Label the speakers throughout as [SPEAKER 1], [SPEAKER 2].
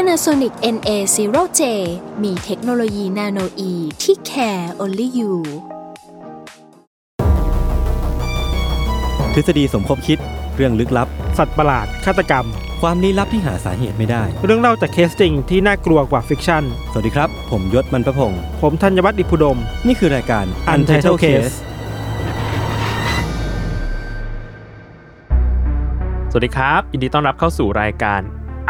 [SPEAKER 1] Panasonic NA0J มีเทคโนโลยีนาโนอีที่ care only you
[SPEAKER 2] ทฤษฎีสมคบคิดเรื่องลึกลับ
[SPEAKER 3] สัตว์ประหลาด ฆาตกรรม
[SPEAKER 2] ความลี้ลับที่หาสาเหตุไม่ได้
[SPEAKER 3] เรื่องเล่าจากเคสจริงที่น่ากลัวกว่าฟิกชั่น
[SPEAKER 2] สวัสดีครับ ผมยศมันประพงศ์
[SPEAKER 3] ผมธัญวัฒน์อิพุดม
[SPEAKER 2] นี่คือรายการ Untitled Case
[SPEAKER 4] สวัสดีครับ ยินดีต้อนรับเข้าสู่รายการ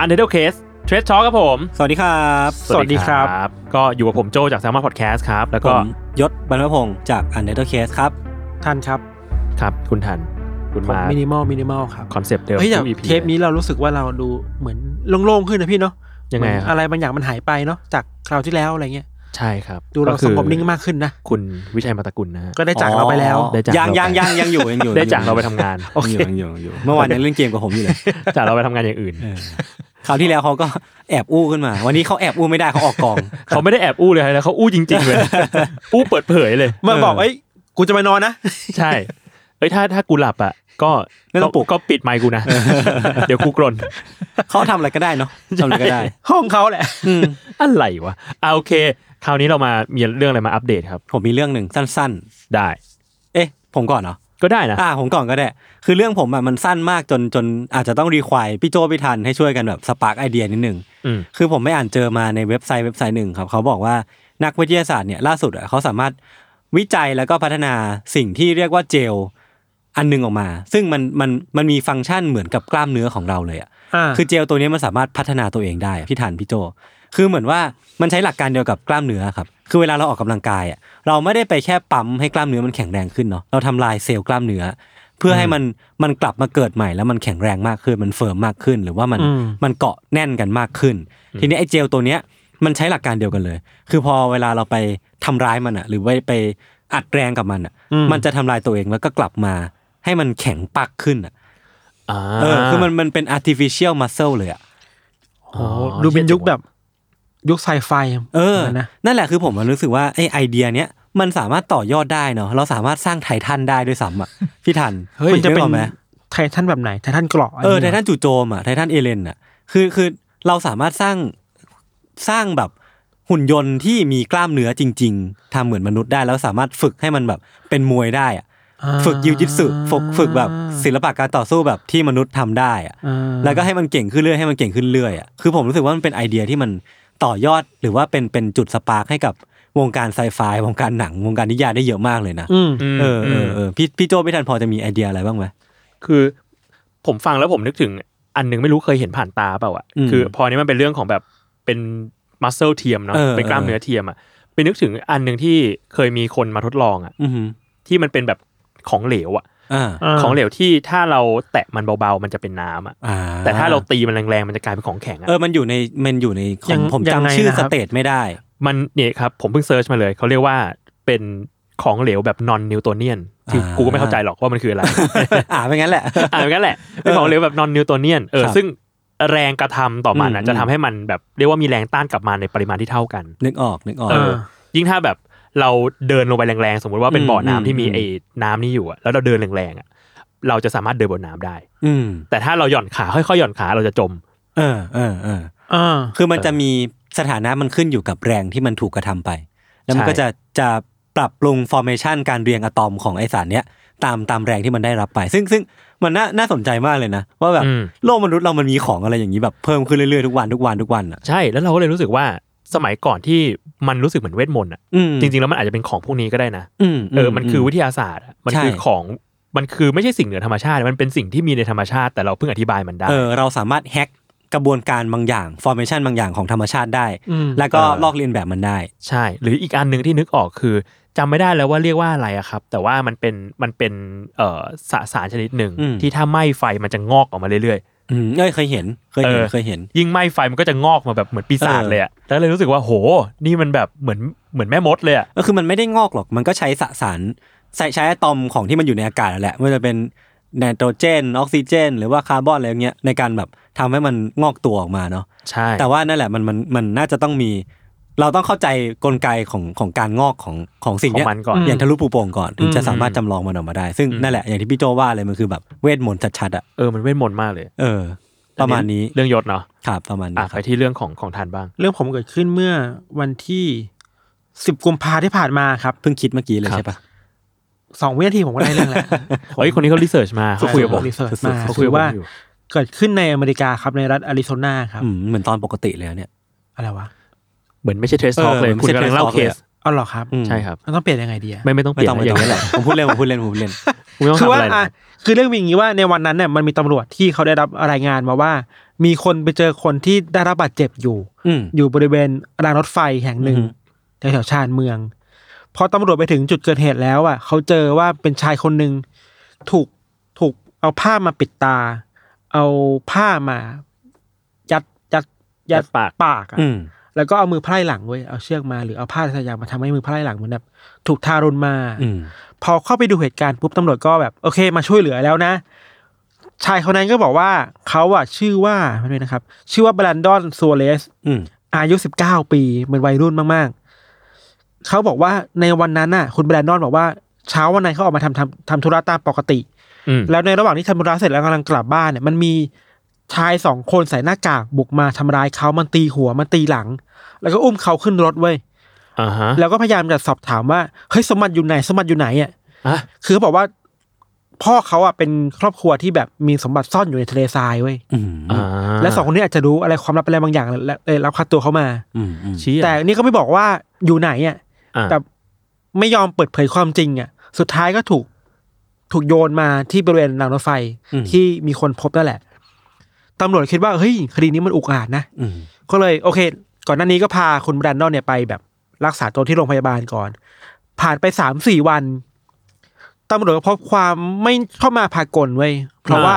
[SPEAKER 4] u n t i t l e Case t r a d e Talk ครับผม
[SPEAKER 2] สวัสดีครับ
[SPEAKER 3] สวัสดีครับ
[SPEAKER 4] ก็อยู่กับผมโจจาก s ซ l m o n Podcast ครับ แล้ว
[SPEAKER 2] ผ
[SPEAKER 4] ก็
[SPEAKER 2] มยศมันประพงศ์จาก Untitled Case ครับ
[SPEAKER 3] ท่านครับ
[SPEAKER 4] ครับคุณทัน คุณมา
[SPEAKER 3] มินิมอลมินิมอลครับ
[SPEAKER 4] คอนเซปต์เดิม
[SPEAKER 3] เฮ้ยแต่
[SPEAKER 4] ทุก EP
[SPEAKER 3] เทปนี้เรารู้สึกว่าเราดูเหมือนโล่งๆขึ้นนะพี่เนาะ
[SPEAKER 4] ยัง
[SPEAKER 3] เห
[SPEAKER 4] ไง
[SPEAKER 3] มือน
[SPEAKER 4] ครับ
[SPEAKER 3] อะไรบางอย่างมันหายไปเนาะจากคราวที่แล้วอะไรเงี้ย
[SPEAKER 4] ใช่ครับ
[SPEAKER 3] ดูเรา
[SPEAKER 4] ก็คื
[SPEAKER 3] ส
[SPEAKER 4] อง
[SPEAKER 3] บนิ่งมากขึ้นนะ
[SPEAKER 4] คุณวิชัยมาตะกุลนะฮะ
[SPEAKER 3] ก็ได้จากเราไปแล้ว
[SPEAKER 2] อ๋อ
[SPEAKER 4] ได้จาก
[SPEAKER 2] ยัง
[SPEAKER 4] เราไป
[SPEAKER 2] ยังยังยังอยู่ยัง อยู่
[SPEAKER 4] ได้จากเราไปทำงาน
[SPEAKER 2] โอเคยังอยู่ยังอยู่ เมื่อวานยังเล่นเกมกับผมอยู่เลย
[SPEAKER 4] จากเราไปทำงานอย่างอื่น
[SPEAKER 2] เออคราวที่แล้วเขาก็แอบอู้ขึ้นมา วันนี้เขาแอบอู้ไม่ได้เขาออกกอง
[SPEAKER 4] เขาไม่ได้แอบอู้เลยนะเขาอู้จริง ๆ เลย อู้เปิดเผยเลย
[SPEAKER 3] เมื่อบอกเอ้ยกูจะไปนอนนะ
[SPEAKER 4] ใช่เอ้ยถ้าถ้ากูหลับอ่ะก็
[SPEAKER 2] ไม่ต้องปลุก
[SPEAKER 4] ก็ปิดไมค์กูนะ เดี๋ยวกูกรน
[SPEAKER 2] เขาทำอะไรก็ได้เนาะทำอะไร ก็ได้
[SPEAKER 3] ห้องเขาแหละ
[SPEAKER 2] อืม
[SPEAKER 4] อะไรวะเอาโอเค คราวนี้เรามามีเรื่องอะไรมาอัปเดตครับ
[SPEAKER 2] ผมมีเรื่องหนึ่งสั้น
[SPEAKER 4] ได้
[SPEAKER 2] ๆ เอ๊ะ ผมก่อนเหรอ
[SPEAKER 4] ก็ได้นะ
[SPEAKER 2] อ่าผมก่อนก็ได้ คือเรื่องผมอ่ะมันสั้นมากจนจนอาจจะต้องรีควายพี่โจพี่ทันให้ช่วยกันแบบสปาร์กไอเดียนิดหนึ่ง
[SPEAKER 4] อืม
[SPEAKER 2] คือผมไม่อ่านเจอมาในเว็บไซต์เว็บไซต์หนึ่งครับ เขาบอกว่านักวิทยาศาสตร์เนี่ยล่าสุดอ่ะเขาสามารถวิจัยแล้วก็พัฒนาสิ่งที่เรียกว่าเจลอันหนึงออกมา ซึ่งมันมันมันมีฟังก์ชันเหมือนกับกล้ามเนื้อของเราเลยอ่ะ
[SPEAKER 3] อ่า
[SPEAKER 2] คือเจลตัวนี้มันสามารถพัฒนาตัวเองได้อะพี่ทันพี่โจ คือเหมือนว่ามันใช้หลักการเดียวกับกล้ามเนื้อครับ คือเวลาเราออกกำลังกายอะเราไม่ได้ไปแค่ปั๊มให้กล้ามเนื้อมันแข็งแรงขึ้นเนาะ เราทำลายเซลล์กล้ามเนื้อ เพื่อให้มันมันกลับมาเกิดใหม่แล้วมันแข็งแรงมากขึ้น มันเฟิร์มมากขึ้น หรือว่ามัน
[SPEAKER 3] อืม
[SPEAKER 2] มันเกาะแน่นกันมากขึ้น ทีนี้ไอ้เจลตัวเนี้ยมันใช้หลักการเดียวกันเลย คือพอเวลาเราไปทำร้ายมันอะหรือว่าไปอัดแรงกับมันอะ
[SPEAKER 3] อืม
[SPEAKER 2] มันจะทำลายตัวเองแล้วก็กลับมาให้มันแข็งปักขึ้นอะ
[SPEAKER 4] า
[SPEAKER 2] เออ คือมันมันเป็น artificial muscle เลยอะ
[SPEAKER 3] โอ้โหดูเป็นยุคแบบยุคไซไฟ
[SPEAKER 2] เออ
[SPEAKER 3] หมืนกันนะ
[SPEAKER 2] นั่นแหละ คือผมมันรู้สึกว่าไอไอเดียเนี้ยมันสามารถต่อยอดได้เนาะ เราสามารถสร้างไททันได้ด้วยซ้ำ อ่ะ พี่ทัน
[SPEAKER 3] เฮ้ย
[SPEAKER 2] คุณจะ
[SPEAKER 3] จะเป็
[SPEAKER 2] เป็น
[SPEAKER 3] น
[SPEAKER 2] ไหม
[SPEAKER 3] ไททันแบบไหนไททันเกราะ
[SPEAKER 2] เออ ไท
[SPEAKER 3] ย่าง
[SPEAKER 2] ทั
[SPEAKER 3] งี้ย
[SPEAKER 2] นจู่โจมอ่ะ ไททันเอเลนอ่ะ คือคือเราสามารถสร้างสร้างแบบหุ่นยนต์ที่มีกล้ามเนื้อจริง ๆทำเหมือนมนุษย์ได้แล้วสามารถฝึกให้มันแบบเป็นมวยได้อ่ะ
[SPEAKER 3] อ่า
[SPEAKER 2] ฝึกยิวจิตสึฝึกฝึกแบบศิลปะการต่อสู้แบบที่มนุษย์ทำได้อ่ะ
[SPEAKER 3] อ่า
[SPEAKER 2] แล้วก็ให้มันเก่งขึ้นเรื่อยให้มันเก่งขึ้นเรื่อยอ่ะคือผมรู้สึกว่ามันเป็นไอเดียที่มันต่อยอดหรือว่าเป็นเป็นจุดสปาร์คให้กับวงการไซไฟวงการหนังวงการนิยายได้เยอะมากเลยนะ
[SPEAKER 3] อืม
[SPEAKER 4] ม
[SPEAKER 2] เออเออ
[SPEAKER 4] ม
[SPEAKER 2] เออพี่พี่โจพี่ทันพอจะมีไอเดียอะไรบ้างไหม
[SPEAKER 4] คือผมฟังแล้วผมนึกถึง อันหนึงไม่รู้เคยเห็นผ่านตาเปล่าอ่ะ
[SPEAKER 2] อืม
[SPEAKER 4] คือ พอนี้มันเป็นเรื่องของแบบเป็นมัสเซลเทียมเนาะ
[SPEAKER 2] เออ
[SPEAKER 4] เป็นกล้ามเนื้อเทียมอ่ะไปนึกถึงอันหนึ่งที่เคยมีคนมาทดลองอ่ะ
[SPEAKER 2] อือหือ
[SPEAKER 4] ที่มันเป็นแบบของเหลวอ่ะ
[SPEAKER 2] อ่า
[SPEAKER 3] อ่า
[SPEAKER 4] ของเหลวที่ถ้าเราแตะมันเบาๆ มันจะเป็นน้ำอ่ะ
[SPEAKER 2] อ่า
[SPEAKER 4] แต่ถ้าเราตีมันแรงๆมันจะกลายเป็นของแข็งอ่ะ
[SPEAKER 2] เออมันอยู่ในมันอยู่ในข
[SPEAKER 3] ยั
[SPEAKER 2] อง
[SPEAKER 3] ง
[SPEAKER 2] ผม
[SPEAKER 3] ยังไง
[SPEAKER 2] จำชื่อ
[SPEAKER 3] นะค
[SPEAKER 2] ส
[SPEAKER 3] รับ
[SPEAKER 2] เตทไม่ได้
[SPEAKER 4] มันเนี่ยครับผมเพิ่งเซิร์ชมาเลยเขาเรียกว่าเป็นของเหลวแบบนอนนิวโตเนียนที่
[SPEAKER 2] อ่ากู
[SPEAKER 4] กูก็ไม่เข้าใจหรอกว่ามันคืออะไร
[SPEAKER 2] อ่าไม่งั้นแหละ
[SPEAKER 4] อ่านกันแหละเป็นของเหลวแบบนอนนิวตันเนียนเออ
[SPEAKER 2] ครับ
[SPEAKER 4] ซึ่งแรงกระทำต่อมันอ่ะ
[SPEAKER 2] อืม
[SPEAKER 4] จะทำให้มันแบบเรียกว่ามีแรงต้านกลับมาในปริมาณที่เท่ากัน
[SPEAKER 2] นึกออกนึกออก
[SPEAKER 4] เออ ยิ่งถ้าแบบเราเดินลงไปแรงๆ สมมุติว่าเป็นบ่อน้ำ
[SPEAKER 2] อืม
[SPEAKER 4] ที่มี
[SPEAKER 2] อืม
[SPEAKER 4] ไอ้น้ำนี่อยู่อ่ะแล้วเราเดินแรงๆอ่ะเราจะสามารถเดินบนน้ำได้
[SPEAKER 2] อืม
[SPEAKER 4] แต่ถ้าเราหย่อนขาค่อยๆหย่อนขาเราจะจม
[SPEAKER 2] เออเออเออ
[SPEAKER 3] อ่า
[SPEAKER 2] คือมันจะมีสถานะมันขึ้นอยู่กับแรงที่มันถูกกระทำไป แล้วมัน
[SPEAKER 4] ใช่
[SPEAKER 2] ก็จะจะปรับปรุง formation การเรียงอะตอมของไอสารเนี้ยตามตามแรงที่มันได้รับไป ซึ่งซึ่งมันน่าน่าสนใจมากเลยนะ ว่าแบบ
[SPEAKER 4] อืม
[SPEAKER 2] โลกมนุษย์เรามันมีของอะไรอย่างนี้แบบเพิ่มขึ้นเรื่อยๆทุกวันทุกวันทุกวันอ่ะ
[SPEAKER 4] ใช่แล้วเราก็เลยรู้สึกว่าสมัยก่อนที่มันรู้สึกเหมือนเวทมนต์อ่ะ
[SPEAKER 2] อืม
[SPEAKER 4] จริงๆแล้วมันอาจจะเป็นของพวกนี้ก็ได้นะ
[SPEAKER 2] อืม
[SPEAKER 4] เออมันคือวิทยาศาสตร์อะมันคือ
[SPEAKER 2] ใช่
[SPEAKER 4] ของมันคือไม่ใช่สิ่งเหนือธรรมชาติมันเป็นสิ่งที่มีในธรรมชาติ แต่เราเพิ่งอธิบายมันได้
[SPEAKER 2] เออเราสามารถแฮ็กกระบวนการบางอย่าง formation บางอย่างของธรรมชาติได้
[SPEAKER 3] อืม
[SPEAKER 2] แล้วก็
[SPEAKER 4] เออ
[SPEAKER 2] ลอกเลียนแบบมันได้
[SPEAKER 4] ใช่ หรืออีกอันหนึ่งที่นึกออกคือจำไม่ได้แล้วว่าเรียกว่าอะไรอะครับ แต่ว่ามันเป็นมันเป็นเอ่อสสารชนิดหนึ่ง
[SPEAKER 2] อืม
[SPEAKER 4] ที่ถ้าไหม้ไฟมันจะงอกออกมาเรื่อย
[SPEAKER 2] อืมเอ้ยเคยเห็นเคยเห็นเคยเห็น
[SPEAKER 4] ยิ่งไหม้ไฟมันก็จะงอกมาแบบเหมือนปีศาจ
[SPEAKER 2] เออ
[SPEAKER 4] เลยอะแล้วเลยรู้สึกว่าโห นี่มันแบบเหมือนเหมือนแม่มดเลยอะ
[SPEAKER 2] ก็คือมันไม่ได้งอกหรอก มันก็ใช้สสารใช้ใช้อะตอมของที่มันอยู่ในอากาศนั่นแหละไม่ว่าจะเป็นไนโตรเจน ออกซิเจน หรือว่าคาร์บอนอะไรอย่างเงี้ยในการแบบทำให้มันงอกตัวออกมาเนาะ
[SPEAKER 4] ใช่
[SPEAKER 2] แต่ว่านั่นแหละมันมันมันน่าจะต้องมี เราต้องเข้าใจกลไกของของการงอกของของสิ่ง
[SPEAKER 4] ของ
[SPEAKER 2] เนี้ย
[SPEAKER 4] มันก่อน
[SPEAKER 2] อย่างทะลุปูโป่งก่อน ถึงจะ
[SPEAKER 4] อืม
[SPEAKER 2] สามารถจำลองมันออกมาได้ ซึ่ง
[SPEAKER 4] อืม
[SPEAKER 2] นั่นแหละอย่างที่พี่โจว่าเลยมันคือแบบเวทมนต์ชัดๆอ่ะ
[SPEAKER 4] เออมันเวทมนต์มากเลย
[SPEAKER 2] เออ ประมาณนี้
[SPEAKER 4] เรื่องยศเนาะ
[SPEAKER 2] ครับประมาณ
[SPEAKER 4] อ่ะ
[SPEAKER 2] นี้ค
[SPEAKER 4] ไป
[SPEAKER 2] รับ
[SPEAKER 4] ที่เรื่องของของทานบ้าง
[SPEAKER 3] เรื่องผมเกิดขึ้นเมื่อวันที่สิบกุมภาที่ผ่านมาครับ
[SPEAKER 2] เพิ่งคิดเมื่อกี้เลยใช่ปะ
[SPEAKER 3] สองวินาทีผมก็ได้เรื่องแล้ว
[SPEAKER 4] เฮ้ยคนนี้เขารีเสิร์ชมา เขาคุยกับผม
[SPEAKER 3] รีเสิร์ชมา
[SPEAKER 4] เขาคุย
[SPEAKER 3] คือ
[SPEAKER 4] กับผม
[SPEAKER 3] ว่า
[SPEAKER 4] อยู่
[SPEAKER 3] เกิดขึ้นในอเมริกาครับในรัฐอาริโซนาครับ
[SPEAKER 2] อืมเหมือนตอนปกติเลยอะเนี่ย
[SPEAKER 3] อะไรวะ
[SPEAKER 4] เหมือนไม่ใช่เทสทอล์ก
[SPEAKER 2] เออ
[SPEAKER 4] เลย
[SPEAKER 2] มันไม่
[SPEAKER 4] คุณ
[SPEAKER 2] ใช่
[SPEAKER 4] กำลังเล่า
[SPEAKER 2] trace talk เลย
[SPEAKER 4] เคส
[SPEAKER 2] อะ
[SPEAKER 3] อ๋อเหรอครับ
[SPEAKER 2] อืม
[SPEAKER 4] ใช่ครับ
[SPEAKER 3] มันต้องเปลี่ยนยังไงดีอะ
[SPEAKER 4] ไม่ไม่ต้องเป
[SPEAKER 2] ไม่
[SPEAKER 4] ลี่ยน
[SPEAKER 2] ต้องไม่ต้อง
[SPEAKER 4] ย่า
[SPEAKER 2] ไม่
[SPEAKER 4] นี้
[SPEAKER 2] แห
[SPEAKER 4] แห
[SPEAKER 2] ละ
[SPEAKER 4] ละ
[SPEAKER 2] ผมพูดเล่นผมพูดเล่นผมพูดเล่น
[SPEAKER 4] คุณไม่ต้อง
[SPEAKER 3] คือ
[SPEAKER 4] ทำ
[SPEAKER 3] ว่า
[SPEAKER 4] อะไร
[SPEAKER 3] อ่ะ
[SPEAKER 4] นะ
[SPEAKER 3] คือเรื่องมีอย่างนี้ว่าในวันนั้นเนี่ยมันมีตำรวจที่เขาได้รับรายงานมาว่า มีคนไปเจอคนที่ได้รับบาดเจ็บอยู่
[SPEAKER 2] อืม
[SPEAKER 3] อยู่บริเวณรางรถไฟแห่งหนึ่ง
[SPEAKER 2] อือฮึ
[SPEAKER 3] แถวๆชานเมือง พอตำรวจไปถึงจุดเกิดเหตุแล้วอ่ะเขาเจอว่าเป็นชายคนหนึ่งถูกถูกเอาผ้ามาปิดตา เอาผ้ามา ยัดยัดยัดปากปากอ่ะ
[SPEAKER 2] อืม
[SPEAKER 3] แล้วก็เอามือไพร่หลังเว้ยเอาเชือกมาหรือเอาผ้าสยางมาทำให้มือไพร่หลังเหมือนแบบถูกทารุณมา
[SPEAKER 2] อืม
[SPEAKER 3] พอเข้าไปดูเหตุการณ์ปุ๊บตำรวจก็แบบโอเคมาช่วยเหลือแล้วนะ ชายคนนั้นก็บอกว่าเขาอะชื่อว่าไม่ด้วยนะครับ ชื่อว่าบรันดอนซัวเลส
[SPEAKER 2] อืม
[SPEAKER 3] อายุสิบเก้าปีเป็นวัยรุ่นมากๆ เขาบอกว่าในวันนั้นน่ะ คุณแบรนดอนบอกว่าเช้าวันนั้นเขาออกมาทำทำทำธุระตามปกติ
[SPEAKER 4] อืม
[SPEAKER 3] แล้วในระหว่างที่ทำธุระเสร็จแล้วกำลังกลับบ้านเนี่ยมันมีชายสองคนใส่หน้ากากบุกมาทำร้ายเขามันตีหัวมันตีหลัง แล้วก็อุ้มเขาขึ้นรถเว้ย
[SPEAKER 4] อ่าฮะ
[SPEAKER 3] แล้วก็พยายามจะสอบถามว่าเฮ้ยสมบัติอยู่ไหนสมบัติอยู่ไหนอ่ะ
[SPEAKER 4] อ่ะ
[SPEAKER 3] คือเขาบอกว่า พ่อเขาอ่ะเป็นครอบครัวที่แบบมีสมบัติซ่อนอยู่ในทะเลทรายเว้ย
[SPEAKER 2] อืม
[SPEAKER 4] อ่า
[SPEAKER 3] และสองคนนี้อาจจะรู้อะไรความลับอะไรบางอย่างและและเลยรับคัดตัวเขามา
[SPEAKER 2] อืมอืม
[SPEAKER 4] ชี้
[SPEAKER 3] แต่นี่ก็ไม่บอกว่าอยู่ไหนอ่ะแต่
[SPEAKER 4] แต่
[SPEAKER 3] ไม่ยอมเปิดเผยความจริงอ่ะ สุดท้ายก็ถูกถูกโยนมาที่บริเวณรางรถไฟที่มีคนพบนั่นแหละตำรวจคิดว่าเฮ้ยคดีนี้มันอุกอาจนะ
[SPEAKER 2] อืม
[SPEAKER 3] ก็เลยโอเค ก่อนหน้านี้ก็พาคุณแบรนดอนเนี่ยไปแบบรักษาตัวที่โรงพยาบาลก่อน ผ่านไปสามสี่วันตำรวจก็พบความไม่เข้ามาพากลเว้ยเพราะว่า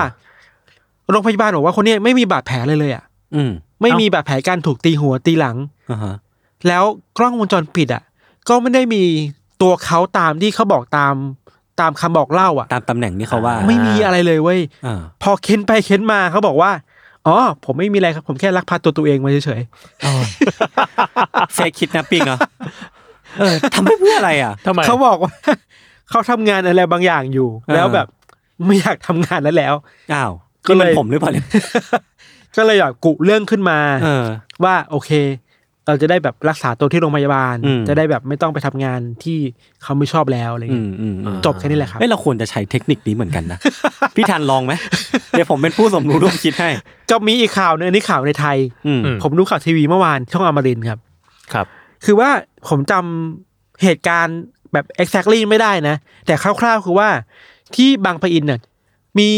[SPEAKER 3] โรงพยาบาลบอกว่าคนเนี้ไม่มีบาดแผลเลยเลยอ่ะ
[SPEAKER 2] อืม
[SPEAKER 3] ไม่มีบาดแผลการถูกตีหัวตีหลัง
[SPEAKER 2] อ่าฮะ
[SPEAKER 3] แล้วกล้องวงจรปิดอ่ะ ก็ไม่ได้มีตัวเขาตามที่เขาบอกตามตามคำบอกเล่าอ่ะ
[SPEAKER 2] ตามตำแหน่งที่เขาว่า
[SPEAKER 3] ไม่มีอะไรเลยเว้ย
[SPEAKER 2] อ่า
[SPEAKER 3] พอเค้นไปเค้นมาเขาบอกว่าอ๋อผมไม่มีอะไรครับ ผมแค่ลักพาตัวตัวเองมาเฉย
[SPEAKER 2] เฟคคิดนัปปิ้งเหรอเออทำไปเพื่ออะไรอ่ะ
[SPEAKER 4] ทำไม
[SPEAKER 3] ๆเขาบอกว่า เขาทำงานอะไรบางอย่างอยู่
[SPEAKER 2] อ่า
[SPEAKER 3] แล้วแบบไม่อยากทำงานนั้นแล้ว
[SPEAKER 2] อ้าว
[SPEAKER 3] ก็เลย
[SPEAKER 2] นี่มันผมหรือเปล่าเนี่ย
[SPEAKER 3] ก็เลยแบบกุเรื่องขึ้นมา
[SPEAKER 2] เออ
[SPEAKER 3] ว่าโอเค เราจะได้แบบรักษาตัวที่โรงพยาบาล
[SPEAKER 2] อืม
[SPEAKER 3] จะได้แบบไม่ต้องไปทำงานที่เขาไม่ชอบแล้วอะไร
[SPEAKER 2] อื
[SPEAKER 3] เงี้ย
[SPEAKER 2] มอืมอืม
[SPEAKER 3] จบแค่นี้แหละครับ
[SPEAKER 2] เอ้ยเราควรจะใช้เทคนิคนี้เหมือนกันนะ พี่ทันลองไหมเดี๋ยวผมเป็นผู้สมรู้ร่วมคิดให้
[SPEAKER 3] ก็มีอีกข่าวหนึงอันนี้ข่าวในไทย
[SPEAKER 2] อืม
[SPEAKER 4] อืม
[SPEAKER 3] ผมดูข่าวทีวีเมื่อวานช่องอมรินทร์ครับ
[SPEAKER 4] ครับ
[SPEAKER 3] คือว่าผมจำเหตุการณ์แบบ exactly ไม่ได้นะ แต่คร่าวๆคือว่าที่บางปะอินเนี่ยมี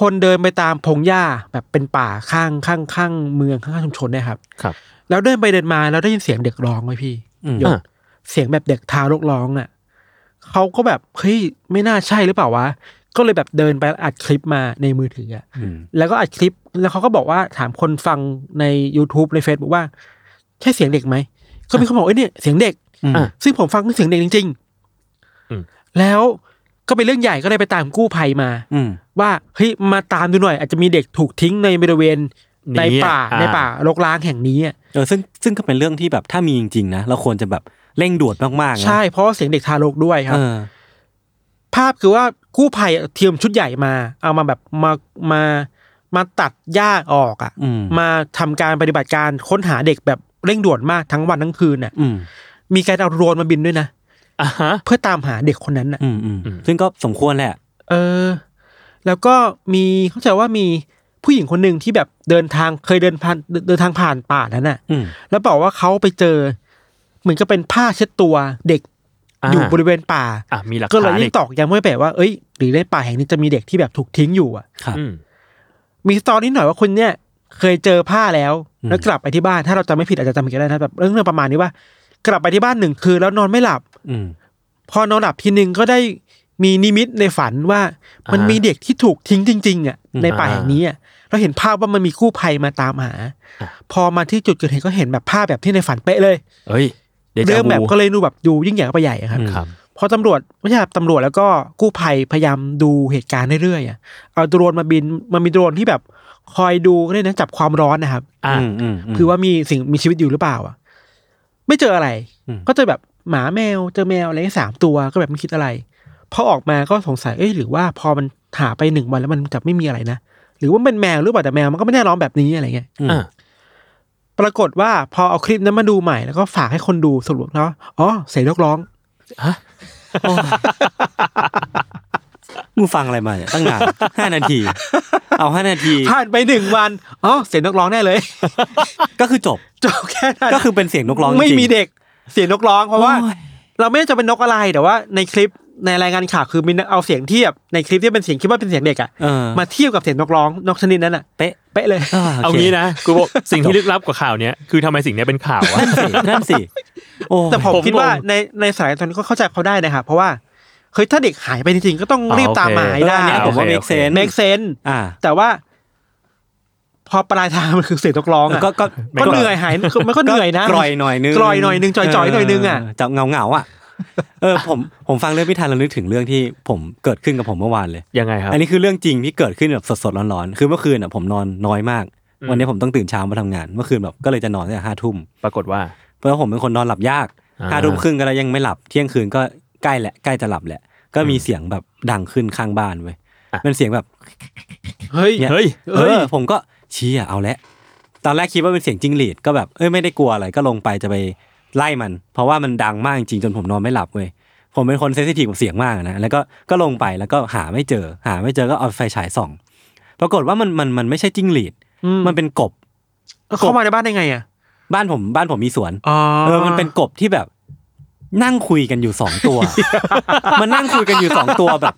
[SPEAKER 3] คนเดินไปตามพงหญ้าแบบเป็นป่าข้างข้างข้างเมืองข้างๆชุมชนเนี่ยครับ
[SPEAKER 4] ครับ
[SPEAKER 3] แล้วเดินไปเดินมาแล้วได้ยินเสียงเด็กร้องไว้ยพี่
[SPEAKER 2] อืม
[SPEAKER 3] หยดเสียงแบบเด็กทารกร้องอ่ะเขาก็แบบเฮ้ยไม่น่าใช่หรือเปล่าวะก็เลยแบบเดินไปอัดคลิปมาในมือถืออะ
[SPEAKER 2] อืม
[SPEAKER 3] แล้วก็อัดคลิปแล้วเขาก็บอกว่าถามคนฟังใน YouTube ใน Facebook ว่า ใช่เสียงเด็กไหม ก็มีคนบอกเอ้ยเนี่ยเสียงเด็ก
[SPEAKER 2] อืม
[SPEAKER 4] อ่ะ
[SPEAKER 3] ซึ่งผมฟังคือเสียงเด็กจริง
[SPEAKER 4] อืม
[SPEAKER 3] ๆแล้วก็เป็นเรื่องใหญ่ก็เลยไปตามกู้ภัยมา
[SPEAKER 2] อืม
[SPEAKER 3] ว่าเฮ้ยมาตามดูหน่อย อาจจะมีเด็กถูกทิ้งในบริเวณในป่า
[SPEAKER 4] อ่
[SPEAKER 3] ในป่ารกร้างแห่งนี้อะ
[SPEAKER 2] เออซึ่งซึ่งก็เป็นเรื่องที่แบบถ้ามีจริงๆนะเราควรจะแบบเร่งด่วนมากๆนะ
[SPEAKER 3] ใช่เพราะว่าเสียงเด็กทารกด้วยครับ
[SPEAKER 2] เออ
[SPEAKER 3] ภาพคือว่ากู้ภัยอะเทียมชุดใหญ่มา เอามาแบบมามามาตัดหญ้าออกอ่ะ
[SPEAKER 2] อืม
[SPEAKER 3] มาทำการปฏิบัติการค้นหาเด็กแบบเร่งด่วนมากทั้งวันทั้งคืนน่ะ
[SPEAKER 2] อืม
[SPEAKER 3] มีการเอาโดรนมาบินด้วยนะ
[SPEAKER 4] อ่าฮะ
[SPEAKER 3] เพื่อตามหาเด็กคนนั้นน่ะ
[SPEAKER 2] อืมอืมซึ่งก็สมควรแหละ
[SPEAKER 3] เออ แล้วก็มีเข้าใจว่ามีผู้หญิงคนหนึ่งที่แบบเดินทางเคยเดินผ่านเดินทางผ่านป่านั้นน่ะ
[SPEAKER 2] อืม
[SPEAKER 3] แล้วบอกว่าเขาไปเจอ เหมือนก็เป็นผ้าเช็ดตัวเด็ก
[SPEAKER 4] อ่า
[SPEAKER 3] อยู่บริเวณป่า
[SPEAKER 4] อ่ะมีหลัก
[SPEAKER 3] ก็เลย
[SPEAKER 4] ฐาน
[SPEAKER 3] ยิ่
[SPEAKER 4] อี
[SPEAKER 3] งตอกย้ำให้แปลว่าเอ้ยหรือในป่าแห่งนี้จะมีเด็กที่แบบถูกทิ้งอยู่อ่ะ
[SPEAKER 2] ครับ
[SPEAKER 4] อืม
[SPEAKER 3] มีสตอรี่หน่อยว่าคนเนี่ยเคยเจอผ้าแล้วแล้วกลับไปที่บ้านถ้าเราจำไม่ผิดอาจจะจำผิดก็ได้นะแบบเรื่องเรื่องประมาณนี้ว่า กลับไปที่บ้านหนึ่งคืนแล้วนอนไม่หลับ
[SPEAKER 2] อืม
[SPEAKER 3] พอนอนหลับทีนึงก็ได้ มีนิมิตในฝันว่ามัน
[SPEAKER 4] อ่ามี
[SPEAKER 3] มีเด็กที่ถูกทิ้งจริงๆอ่ะ
[SPEAKER 2] อืม
[SPEAKER 3] ในป่า
[SPEAKER 4] อ่า
[SPEAKER 3] แห่งนี้อ่ะเราเห็นภาพว่ามันมีกู้ภัยมาตามหา พอมาที่จุดเกิดเหตุก็เห็นแบบภาพแบบที่ในฝันเป๊ะเลย
[SPEAKER 4] เอ้ยเดจา
[SPEAKER 3] เรื่องแบบ
[SPEAKER 4] วู
[SPEAKER 3] ก็เลยดูแบบดูยิ่งใหญ่เข้าไปใหญ่อะครับ
[SPEAKER 4] ครับ
[SPEAKER 3] พอตำรวจไม่ใช่ครับตำรวจแล้วก็กู้ภัยพยายามดูเหตุการณ์เรื่อยๆอะเอาโดรนมาบินมันมีโดรนที่แบบคอยดูเรื่อยนะจับความร้อนนะครับ
[SPEAKER 4] อ่ะ
[SPEAKER 2] มมม
[SPEAKER 3] คือว่ามีสิ่งมีชีวิตอยู่หรือเปล่าอ่ะ ไม่เจออะไร
[SPEAKER 2] อืม
[SPEAKER 3] ก็เจอแบบหมาแมวเจอแมวอะไรสามตัวก็แบบไม่คิดอะไรพอออกมาก็สงสัยเอ้ยหรือว่าพอมันหาไปหนึ่งวันแล้วมันจะไม่มีอะไรนะหรือว่ามันเป็นแมวหรือเปล่าแต่แมวมันก็ไม่ได้ร้องแบบนี้อะไรเงี้ย
[SPEAKER 2] ม
[SPEAKER 4] อ่ะ
[SPEAKER 3] ปรากฏว่าพอเอาคลิปนั้นมาดูใหม่แล้วก็ฝากให้คนดูสรุปแล้วว่าอ๋อเสียงนกร้อง
[SPEAKER 2] มึงฟังอะไรมาเนี่ยตั้งนาน ห้านาที เอาห้านาที
[SPEAKER 3] ผ่านไปหนึ่งวันอ๋อเสียงนกร้องแน่เลย
[SPEAKER 2] ก็คือจบ
[SPEAKER 3] จบแค่นั้น
[SPEAKER 2] ก็คือเป็นเสียงนกร้องจริงๆ
[SPEAKER 3] ไม่มีเด็กเสียงนกร้องเพราะว่า
[SPEAKER 2] โอ้ย
[SPEAKER 3] เราไม่ได้จะเป็นนกอะไรแต่ว่าในคลิปในรายงานข่าวคือมีเอาเสียงเทียบในคลิปที่เป็นเสียงคิดว่าเป็นเสียงเด็กอะ
[SPEAKER 2] เออ
[SPEAKER 3] มาเทียบกับเสียงนกร้องนกชนิดนั้นอะ
[SPEAKER 2] เป๊ะ
[SPEAKER 3] เป๊ะเลย
[SPEAKER 2] โค
[SPEAKER 4] เอางี้นะกูบอกสิ่งที่ลึกลับกว่าข่าวเนี้ยคือทำไมสิ่งเนี้ยเป็นข่าวอะ
[SPEAKER 2] นั่นสินั่นสิโอ้ย
[SPEAKER 3] แต่ผม
[SPEAKER 4] ผม
[SPEAKER 3] คิดว่า
[SPEAKER 4] ผม
[SPEAKER 3] ในในสายตอนนี้ก็เข้าใจเขาได้นะครับเพราะว่าเฮ้ยถ้าเด็กหายไปจริงๆก็ต้องรีบตามหมายได้
[SPEAKER 2] เออเนี่ยผมว่า
[SPEAKER 4] โอเค
[SPEAKER 2] make sense
[SPEAKER 3] เมกเซน
[SPEAKER 2] อ่า
[SPEAKER 3] แต่ว่า พอปลายทางมันคือเสียงนกร้องอะ
[SPEAKER 2] ก็ก็
[SPEAKER 3] ก็เหนื่อยหายมันก็เหนื่อยนะ
[SPEAKER 2] กร่อยหน่อยนึง
[SPEAKER 3] กร่อยหน่อยนึงจ่อยๆหน่อยนึงอะ
[SPEAKER 2] จะเงาเงาๆอ่ะ เออผมผมฟังเรื่องพิธานแล้วนึกถึงเรื่องที่ผมเกิดขึ้นกับผมเมื่อวานเลย
[SPEAKER 4] ยังไงครับ
[SPEAKER 2] อันนี้คือเรื่องจริงที่เกิดขึ้นแบบสดๆร้อนๆ คือเมื่อคืนอ่ะผมนอนน้อยมาก
[SPEAKER 4] อืม
[SPEAKER 2] วันนี้ผมต้องตื่นเช้ามาทำงาน เมื่อคืนแบบก็เลยจะนอนตั้งแต่ห้าทุ่ม
[SPEAKER 4] ปรากฏว่า
[SPEAKER 2] เพราะว่าผมเป็นคนนอนหลับยาก
[SPEAKER 4] อ่า
[SPEAKER 2] ห้าทุ่มครึ่งก็แล้วยังไม่หลับ เที่ยงคืนก็ใกล้แหละใกล้จะหลับแหละ ก็มีเสียงแบบดังขึ้นข้างบ้านเว้ยเป็นเสียงแบบ
[SPEAKER 3] เฮ้ย
[SPEAKER 2] เนี่ย
[SPEAKER 4] เฮ้ย
[SPEAKER 2] เออผมก็เชี้อ่ะเอาละตอนแรกคิดว่าเป็นเสียงจิ้งหรีดก็แบบเอ้ยไม่ได้กลัวอะไรก็ลงไปจะไปไล่มัน เพราะว่ามันดังมากจริงๆจนผมนอนไม่หลับเว้ยผมเป็นคนเซนซิทีฟกับเสียงมากนะแล้วก็ก็ลงไปแล้วก็หาไม่เจอ หาไม่เจอก็เอาไฟฉายส่อง ปรากฏว่ามันมันมันไม่ใช่จิ้งหรีด
[SPEAKER 3] อืม
[SPEAKER 2] มันเป็นกบ
[SPEAKER 3] แล้วเข้ามาในบ้านได้ไงอะ
[SPEAKER 2] บ้านผมบ้านผมมีสวน
[SPEAKER 3] อ๋อ
[SPEAKER 2] เออ มันเป็นกบที่แบบนั่งคุยกันอยู่สองตัว มันนั่งคุยกันอยู่สองตัวแบบ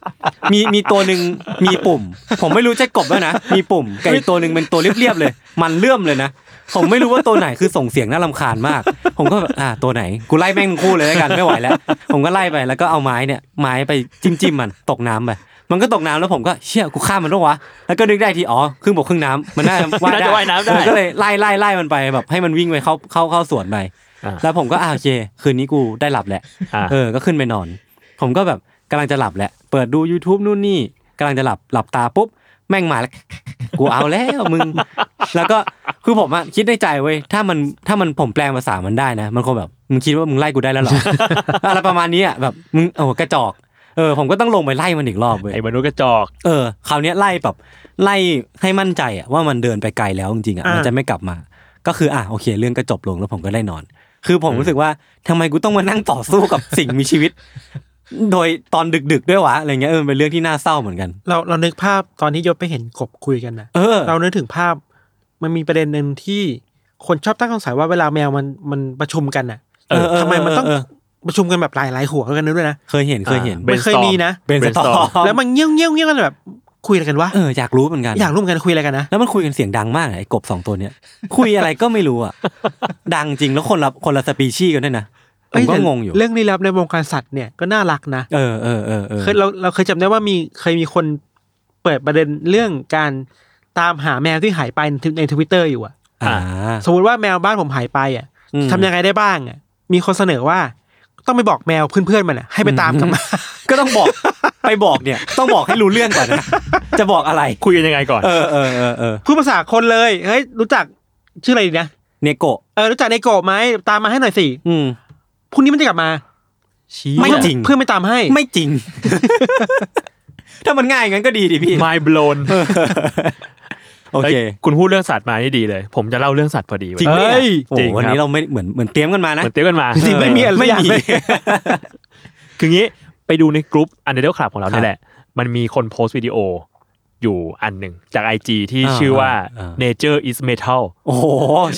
[SPEAKER 2] มีมีตัวหนึ่งมีปุ่ม ผมไม่รู้จะกบแล้วนะ มีปุ่มกับอีกตัวหนึ่งเป็นตัวเรียบๆเลย มันเลื่อมเลยนะ ผมไม่รู้ว่าตัวไหนคือส่งเสียงน่ารำคาญมาก ผมก็แบบอ่าตัวไหน กูไล่แม่งทั้งคู่เลยแล้วกันไม่ไหวแล้ว ผมก็ไล่ไปแล้วก็เอาไม้เนี่ยไม้ไปจิ้มจิ้มๆมันตกน้ำไป มันก็ตกน้ำแล้วผมก็เชี่ยกูฆ่ามันแล้ววะ แล้วก็นึกได้ทีอ๋อครึ่งบกครึ่งน้ำมันน่าจะว่าย
[SPEAKER 4] น่าจะว่ายน้ำได้
[SPEAKER 2] ผมก็เลยไล่ไล่ไล่มันไปแบบให้มันวิ่งไปเข้าเข้าเข้าสวนไป
[SPEAKER 4] อ่ะ
[SPEAKER 2] แล้วผมก็อ่าโอเค คืนนี้กูได้หลับแหละ
[SPEAKER 4] อ่ะ
[SPEAKER 2] เออ ก็ขึ้นไปนอน ผมก็แบบกำลังจะหลับแหละ เปิดดู YouTube นู่นนี่กำลังจะหลับหลับตาปุ๊บ แม่งมาแล้ว กูเอาแล้วมึง แล้วก็คือผมอะคิดในใจเว้ยถ้ามันถ้ามันผมแปลงภาษามันได้นะ มันคงแบบมึงคิดว่ามึงไล่กูได้ แล้วเหรอ อะไรประมาณนี้อะแบบมึงโอ้กระจอกเออผมก็ต้องลงไปไล่มันอีกรอบเว้ย
[SPEAKER 4] ไอ้มนุษย์กระจอก
[SPEAKER 2] เออคราวเนี้ยไล่แบบไล่ให้มั่นใจอะว่ามันเดินไปไกลแล้วจริงๆอะ
[SPEAKER 3] อ่ามั
[SPEAKER 2] มันจะไม่กลับมา ก็คืออ่ะโอเค เรื่องก็จบลงแล้วผมก็ได้นอน คือผมรู้สึกว่าทำไมกูต้องมานั่งต่อสู้กับ สิ่งมีชีวิต โดยตอนดึกๆด้วยวะอะไรเงี้ยเออมันเป็นเรื่องที่น่าเศร้าเหมือนกัน
[SPEAKER 3] เราเรานึกภาพตอนที่ยศไปเห็นกบคุยกันนะ
[SPEAKER 2] เออ
[SPEAKER 3] เรานึกถึงภาพมันมีประเด็นหนึ่งที่คนชอบตั้งข้อสงสัยว่าเวลาแมวมันมันประชุมกันน่ะ
[SPEAKER 2] เออเออ
[SPEAKER 3] ทำไมมันต้อง
[SPEAKER 2] เออเออ
[SPEAKER 3] ประชุมกันแบบหลายหลายหัวกันด้วยนะ
[SPEAKER 2] เคยเห็นเคยเห็น
[SPEAKER 4] อ่า
[SPEAKER 3] มันเคย
[SPEAKER 4] brainstorm
[SPEAKER 3] มีนะ
[SPEAKER 2] เป็นสตอ
[SPEAKER 4] brainstorm
[SPEAKER 3] แล้วมันเงี้ยวเงี้ยวเงี้ยวกันแบบคุยอะไรกันวะ
[SPEAKER 2] เอออยากรู้เหมือนกัน
[SPEAKER 3] อยากร่วมกันคุยอะไรกันนะ
[SPEAKER 2] แล้วมันคุยกันเสียงดังมากอะไอ้กบสองตัวเนี้ย คุยอะไรก็ไม่รู้อ่ะ ดังจริงแล้วคนละคนละสปีชีส์กันด้วยนะผมก็
[SPEAKER 3] เอ้ยแต่
[SPEAKER 2] งงอยู่
[SPEAKER 3] เรื่องลี้ลับในวงการสัตว์เนี่ยก็น่ารักนะ
[SPEAKER 2] เออเออเออเออ
[SPEAKER 3] เคยเราเราเคยจำได้ว่ามีเคยมีคนเปิดประเด็นเรื่องการตามหาแมวที่หายไปในในทวิตเตอร์อยู่อะ
[SPEAKER 2] อ่า
[SPEAKER 3] สมมติว่าแมวบ้านผมหายไปอะ
[SPEAKER 2] อืม
[SPEAKER 3] ทำยังไงได้บ้างอะมีคนเสนอว่าต้องไปบอกแมวเพื่อนๆมันอะให้ไปตามกลันมา
[SPEAKER 2] ก็ต้องบอก ไปบอกเนี่ย ต้องบอกให้รู้เรื่องก่อนนะ จะบอกอะไร
[SPEAKER 4] คุยกันยังไงก่อน
[SPEAKER 2] เออเออเออเออ
[SPEAKER 3] พูดภาษาคนเลย เฮ้ย รู้จักชื่ออะไรดีนะ
[SPEAKER 2] เนโกะ
[SPEAKER 3] เออ รู้จักไนโกะไหม ตามมาให้หน่อยสิ
[SPEAKER 2] อืม
[SPEAKER 3] พรุ่งนี้มันจะกลับมา
[SPEAKER 2] ไม่จริง
[SPEAKER 3] เพื่อนไม่ตามให้
[SPEAKER 2] ไม่จริง ถ้ามันง่ายงั้นก็ดีดิพี่
[SPEAKER 4] My blown
[SPEAKER 2] โอเค
[SPEAKER 4] ฮ้ยคุณพูดเรื่องสัตว์มานี่ดีเลย ผมจะเล่าเรื่องสัตว์พอดีเว้ย
[SPEAKER 2] จริงไหม
[SPEAKER 3] เอ้ย
[SPEAKER 2] โอ้โห
[SPEAKER 4] จริงครับ
[SPEAKER 2] วันนี้เราไม่เหมือนเหมือนเตรียมกันมานะ
[SPEAKER 4] เหมือนเตี้ยกันมา
[SPEAKER 3] จริงๆไม่มีอะไร
[SPEAKER 2] ไม่มี
[SPEAKER 3] เลย
[SPEAKER 4] คืองี้ไปดูในกลุ่มอันเดอร์คลับของเราเนี่ยแหละ มันมีคนโพสต์วิดีโออยู่อันหนึ่งจาก IG ที่
[SPEAKER 2] อ่า
[SPEAKER 4] ชื่อว่า
[SPEAKER 2] อ่า
[SPEAKER 4] nature is metal
[SPEAKER 2] โอ้โห